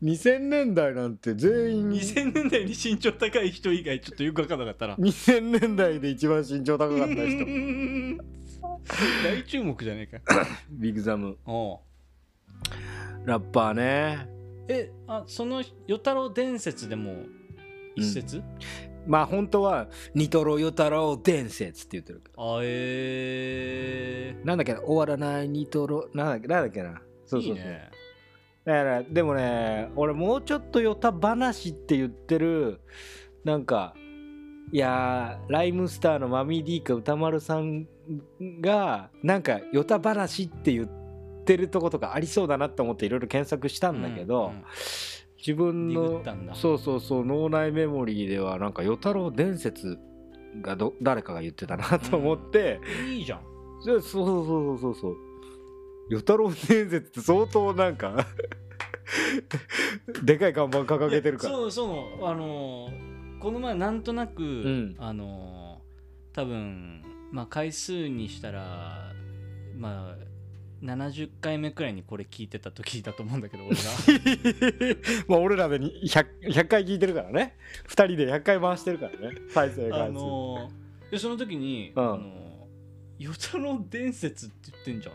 Speaker 3: 2000年代なんて全員
Speaker 4: 2000年代に身長高い人以外ちょっとよく分かんなかったな
Speaker 3: 2000年代で一番身長高かった人
Speaker 4: 大注目じゃねえか
Speaker 3: ビグザム
Speaker 4: おう
Speaker 3: ラッパーね
Speaker 4: えあその与太郎伝説でも一節、
Speaker 3: まあ本当はニトロヨタロ伝説って言ってるけど
Speaker 4: あえ
Speaker 3: なんだっけな終わらないニトロなんだっけなんだっけな
Speaker 4: ー、
Speaker 3: そうそうそう
Speaker 4: いいね
Speaker 3: だからでもね俺もうちょっとヨタ話って言ってるなんかいやーライムスターのマミー D か歌丸さんがなんかヨタ話って言ってるとことかありそうだなって思っていろいろ検索したんだけど、
Speaker 4: うんうん
Speaker 3: 自分
Speaker 4: ディグ
Speaker 3: の
Speaker 4: ったんだ
Speaker 3: そうそうそう脳内メモリーではなんか「与太郎伝説」がど誰かが言ってたなと思って、
Speaker 4: いいじゃん
Speaker 3: じゃあそうそうそうそうそう与太郎伝説って相当なんか でかい看板掲げてるか
Speaker 4: い
Speaker 3: ら
Speaker 4: やそうそうあのーこの前なんとなく、
Speaker 3: ん
Speaker 4: あのー多分まあ回数にしたらまあ70回目くらいにこれ聞いてた時だと思うんだけど俺が
Speaker 3: まあ俺らでに 100, 100回聞いてるからね2人で100回回してるからね再生
Speaker 4: あ
Speaker 3: 回数、
Speaker 4: のーでその時に「
Speaker 3: うん
Speaker 4: あのー与太郎伝説」って言ってんじゃ ん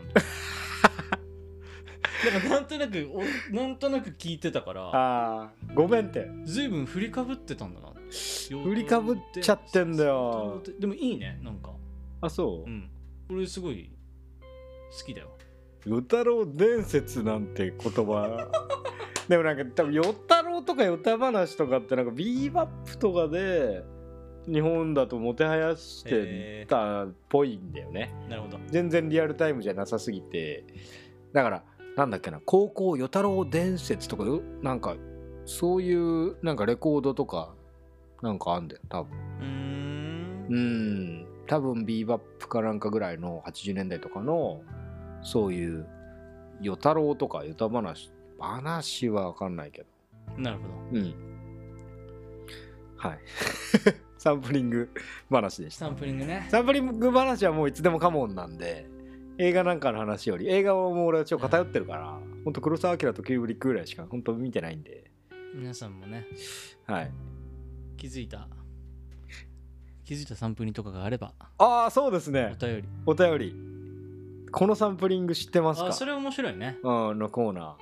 Speaker 4: だからなんとなくおなんとなく聞いてたから
Speaker 3: あーごめんって
Speaker 4: ずいぶん振りかぶってたんだな振
Speaker 3: 振りかぶっちゃってんだよ
Speaker 4: でもいいねなんか
Speaker 3: あそう
Speaker 4: うん、これすごい好きだよ。
Speaker 3: 与太郎伝説なんて言葉でもなんか多分与太郎とか与太話とかってなんかビーバップとかで日本だともてはやしてたっぽいんだよね、
Speaker 4: なるほど。
Speaker 3: 全然リアルタイムじゃなさすぎてだからなんだっけな高校与太郎伝説とかよなんかそういうなんかレコードとかなんかあんだよ多分
Speaker 4: うーん。
Speaker 3: うん多分ビーバップかなんかぐらいの80年代とかのそういう与太郎とか与太話話は分かんないけど
Speaker 4: なるほど。
Speaker 3: うんはい サンプリング話でした
Speaker 4: サンプリングね
Speaker 3: サンプリング話はもういつでもカモンなんで映画なんかの話より映画はもう俺はちょっと偏ってるからほんと黒澤明とキューブリックぐらいしか本当見てないんで
Speaker 4: 皆さんもね
Speaker 3: はい
Speaker 4: 気づいた気づいたサンプリングとかがあれば
Speaker 3: ああそうです
Speaker 4: お
Speaker 3: ね
Speaker 4: 便り
Speaker 3: お便りこのサンプリング知ってます
Speaker 4: あ
Speaker 3: か
Speaker 4: それ面白いね
Speaker 3: うんのコーナ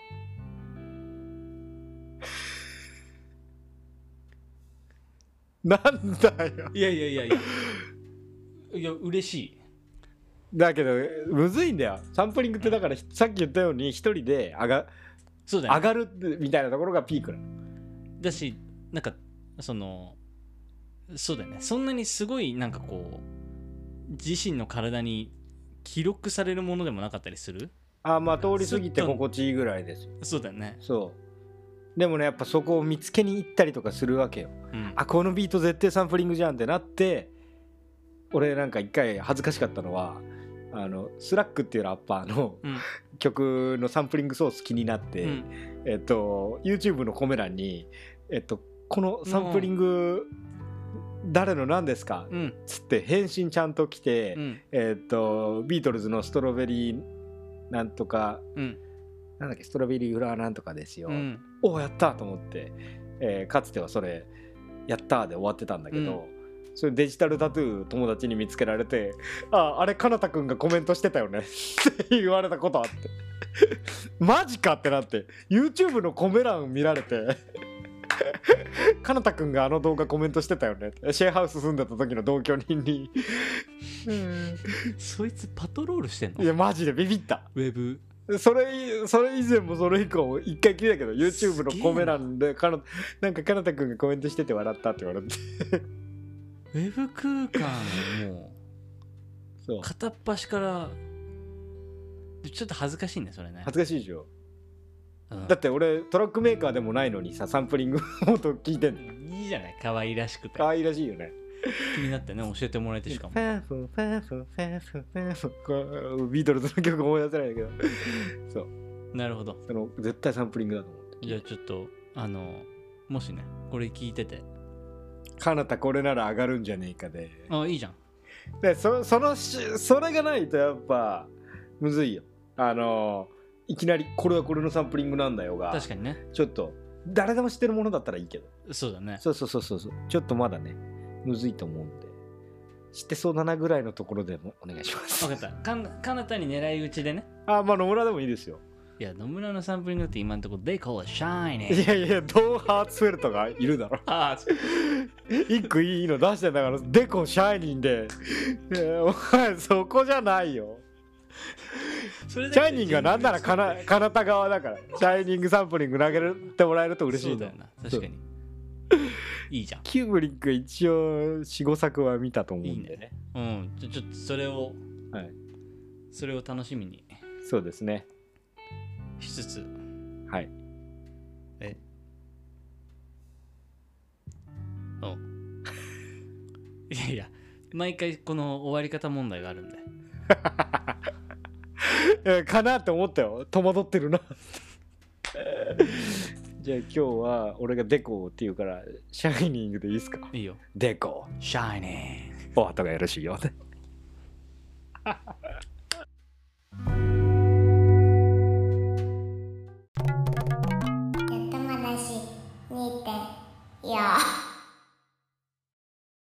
Speaker 3: ー なんだよ
Speaker 4: いやいやいやいやいや嬉しい
Speaker 3: だけどむずいんだよサンプリングってだからさっき言ったように一人で上が
Speaker 4: そうだよ
Speaker 3: 上がるってみたいなところがピークなの
Speaker 4: だしなんかそのそうだよねそんなにすごいなんかこう自身の体に記録されるものでもなかったりする
Speaker 3: あまあ通り過ぎて心地いいぐらいですよ
Speaker 4: そうだよね
Speaker 3: そうでもねやっぱそこを見つけに行ったりとかするわけよ
Speaker 4: うん
Speaker 3: あこのビート絶対サンプリングじゃんってなって俺なんか一回恥ずかしかったのはあのスラックっていうラッパーの
Speaker 4: うん
Speaker 3: 曲のサンプリングソース気になって、
Speaker 4: うん
Speaker 3: えっと YouTube のコメ欄にえっとこのサンプリング誰の何ですか
Speaker 4: うん
Speaker 3: つって返信ちゃんと来て、
Speaker 4: うん
Speaker 3: えっとビートルズのストロベリーなんとか
Speaker 4: うん
Speaker 3: なんだっけストロベリーフラワーなんとかですよ、
Speaker 4: うん
Speaker 3: おおやったーと思って、えーかつてはそれやったーで終わってたんだけど、それデジタルタトゥー友達に見つけられて「ああれかなたくんがコメントしてたよね」って言われたことあってマジかってなって YouTube のコメ欄見られてかなたくんがあの動画コメントしてたよねってシェアハウス住んでた時の同居人に
Speaker 4: そいつパトロールしてんの
Speaker 3: いやマジでビビった
Speaker 4: ウェブ
Speaker 3: それそれ以前もそれ以降も一回きりだけど YouTube のコメ欄でかななんかかなたくんがコメントしてて笑ったって言われて
Speaker 4: ウェブ空間 も
Speaker 3: そう
Speaker 4: う片っ端からちょっと恥ずかしいねそれね
Speaker 3: 恥ずかしいでしょ
Speaker 4: うん
Speaker 3: だって俺トラックメーカーでもないのにさサンプリングもっと聞いてんの
Speaker 4: いいじゃない可愛らしくて
Speaker 3: 可愛らしいよね
Speaker 4: 気になってね教えてもらえてしかも
Speaker 3: ファンフンファンフンファンフンファンフンこうビートルズの曲思い出せないんだけどそう
Speaker 4: なるほど
Speaker 3: その絶対サンプリングだと思って
Speaker 4: じゃあちょっとあのもしねこれ聞いてて
Speaker 3: かなたこれなら上がるんじゃねえかで
Speaker 4: あいいじゃん
Speaker 3: でそそのしそれがないとやっぱむずいよあのいきなりこれはこれのサンプリングなんだよが
Speaker 4: 確かにね
Speaker 3: ちょっと誰でも知ってるものだったらいいけど
Speaker 4: そうだね
Speaker 3: そうそうそうそうそうちょっとまだねむずいと思うんで知ってそうだなぐらいのところでもお願いします
Speaker 4: 分かったかんかなたに狙い撃ちでね
Speaker 3: あまあ野村でもいいですよ
Speaker 4: いや野村のサンプリングって今のところ They call it
Speaker 3: い
Speaker 4: shiny
Speaker 3: やいやドン・ハーツフェルトがいるだろ
Speaker 4: ああ
Speaker 3: 一句いいの出してんだからデコシャイニンでいやお前そこじゃないよ
Speaker 4: それ
Speaker 3: シャイニングはなんならかな
Speaker 4: 嬉し
Speaker 3: かなた側だからシャイニングサンプリング投げてもらえると嬉し
Speaker 4: そ
Speaker 3: いう
Speaker 4: だ
Speaker 3: の
Speaker 4: よな確かにいいじゃん
Speaker 3: キューブリック一応45作は見たと思うんで
Speaker 4: いいうんちょちょっとそれを
Speaker 3: はい
Speaker 4: それを楽しみに
Speaker 3: そうですね
Speaker 4: しつつ
Speaker 3: はい
Speaker 4: えお いやいや毎回この終わり方問題があるんで
Speaker 3: えーかなって思ったよ戸惑ってるな じゃあ今日は俺がデコって言うからシャイニングでいいですか
Speaker 4: いいよ
Speaker 3: デコ
Speaker 4: シャイニング
Speaker 3: お後がよろしいようで
Speaker 2: やっとまだし、2.4。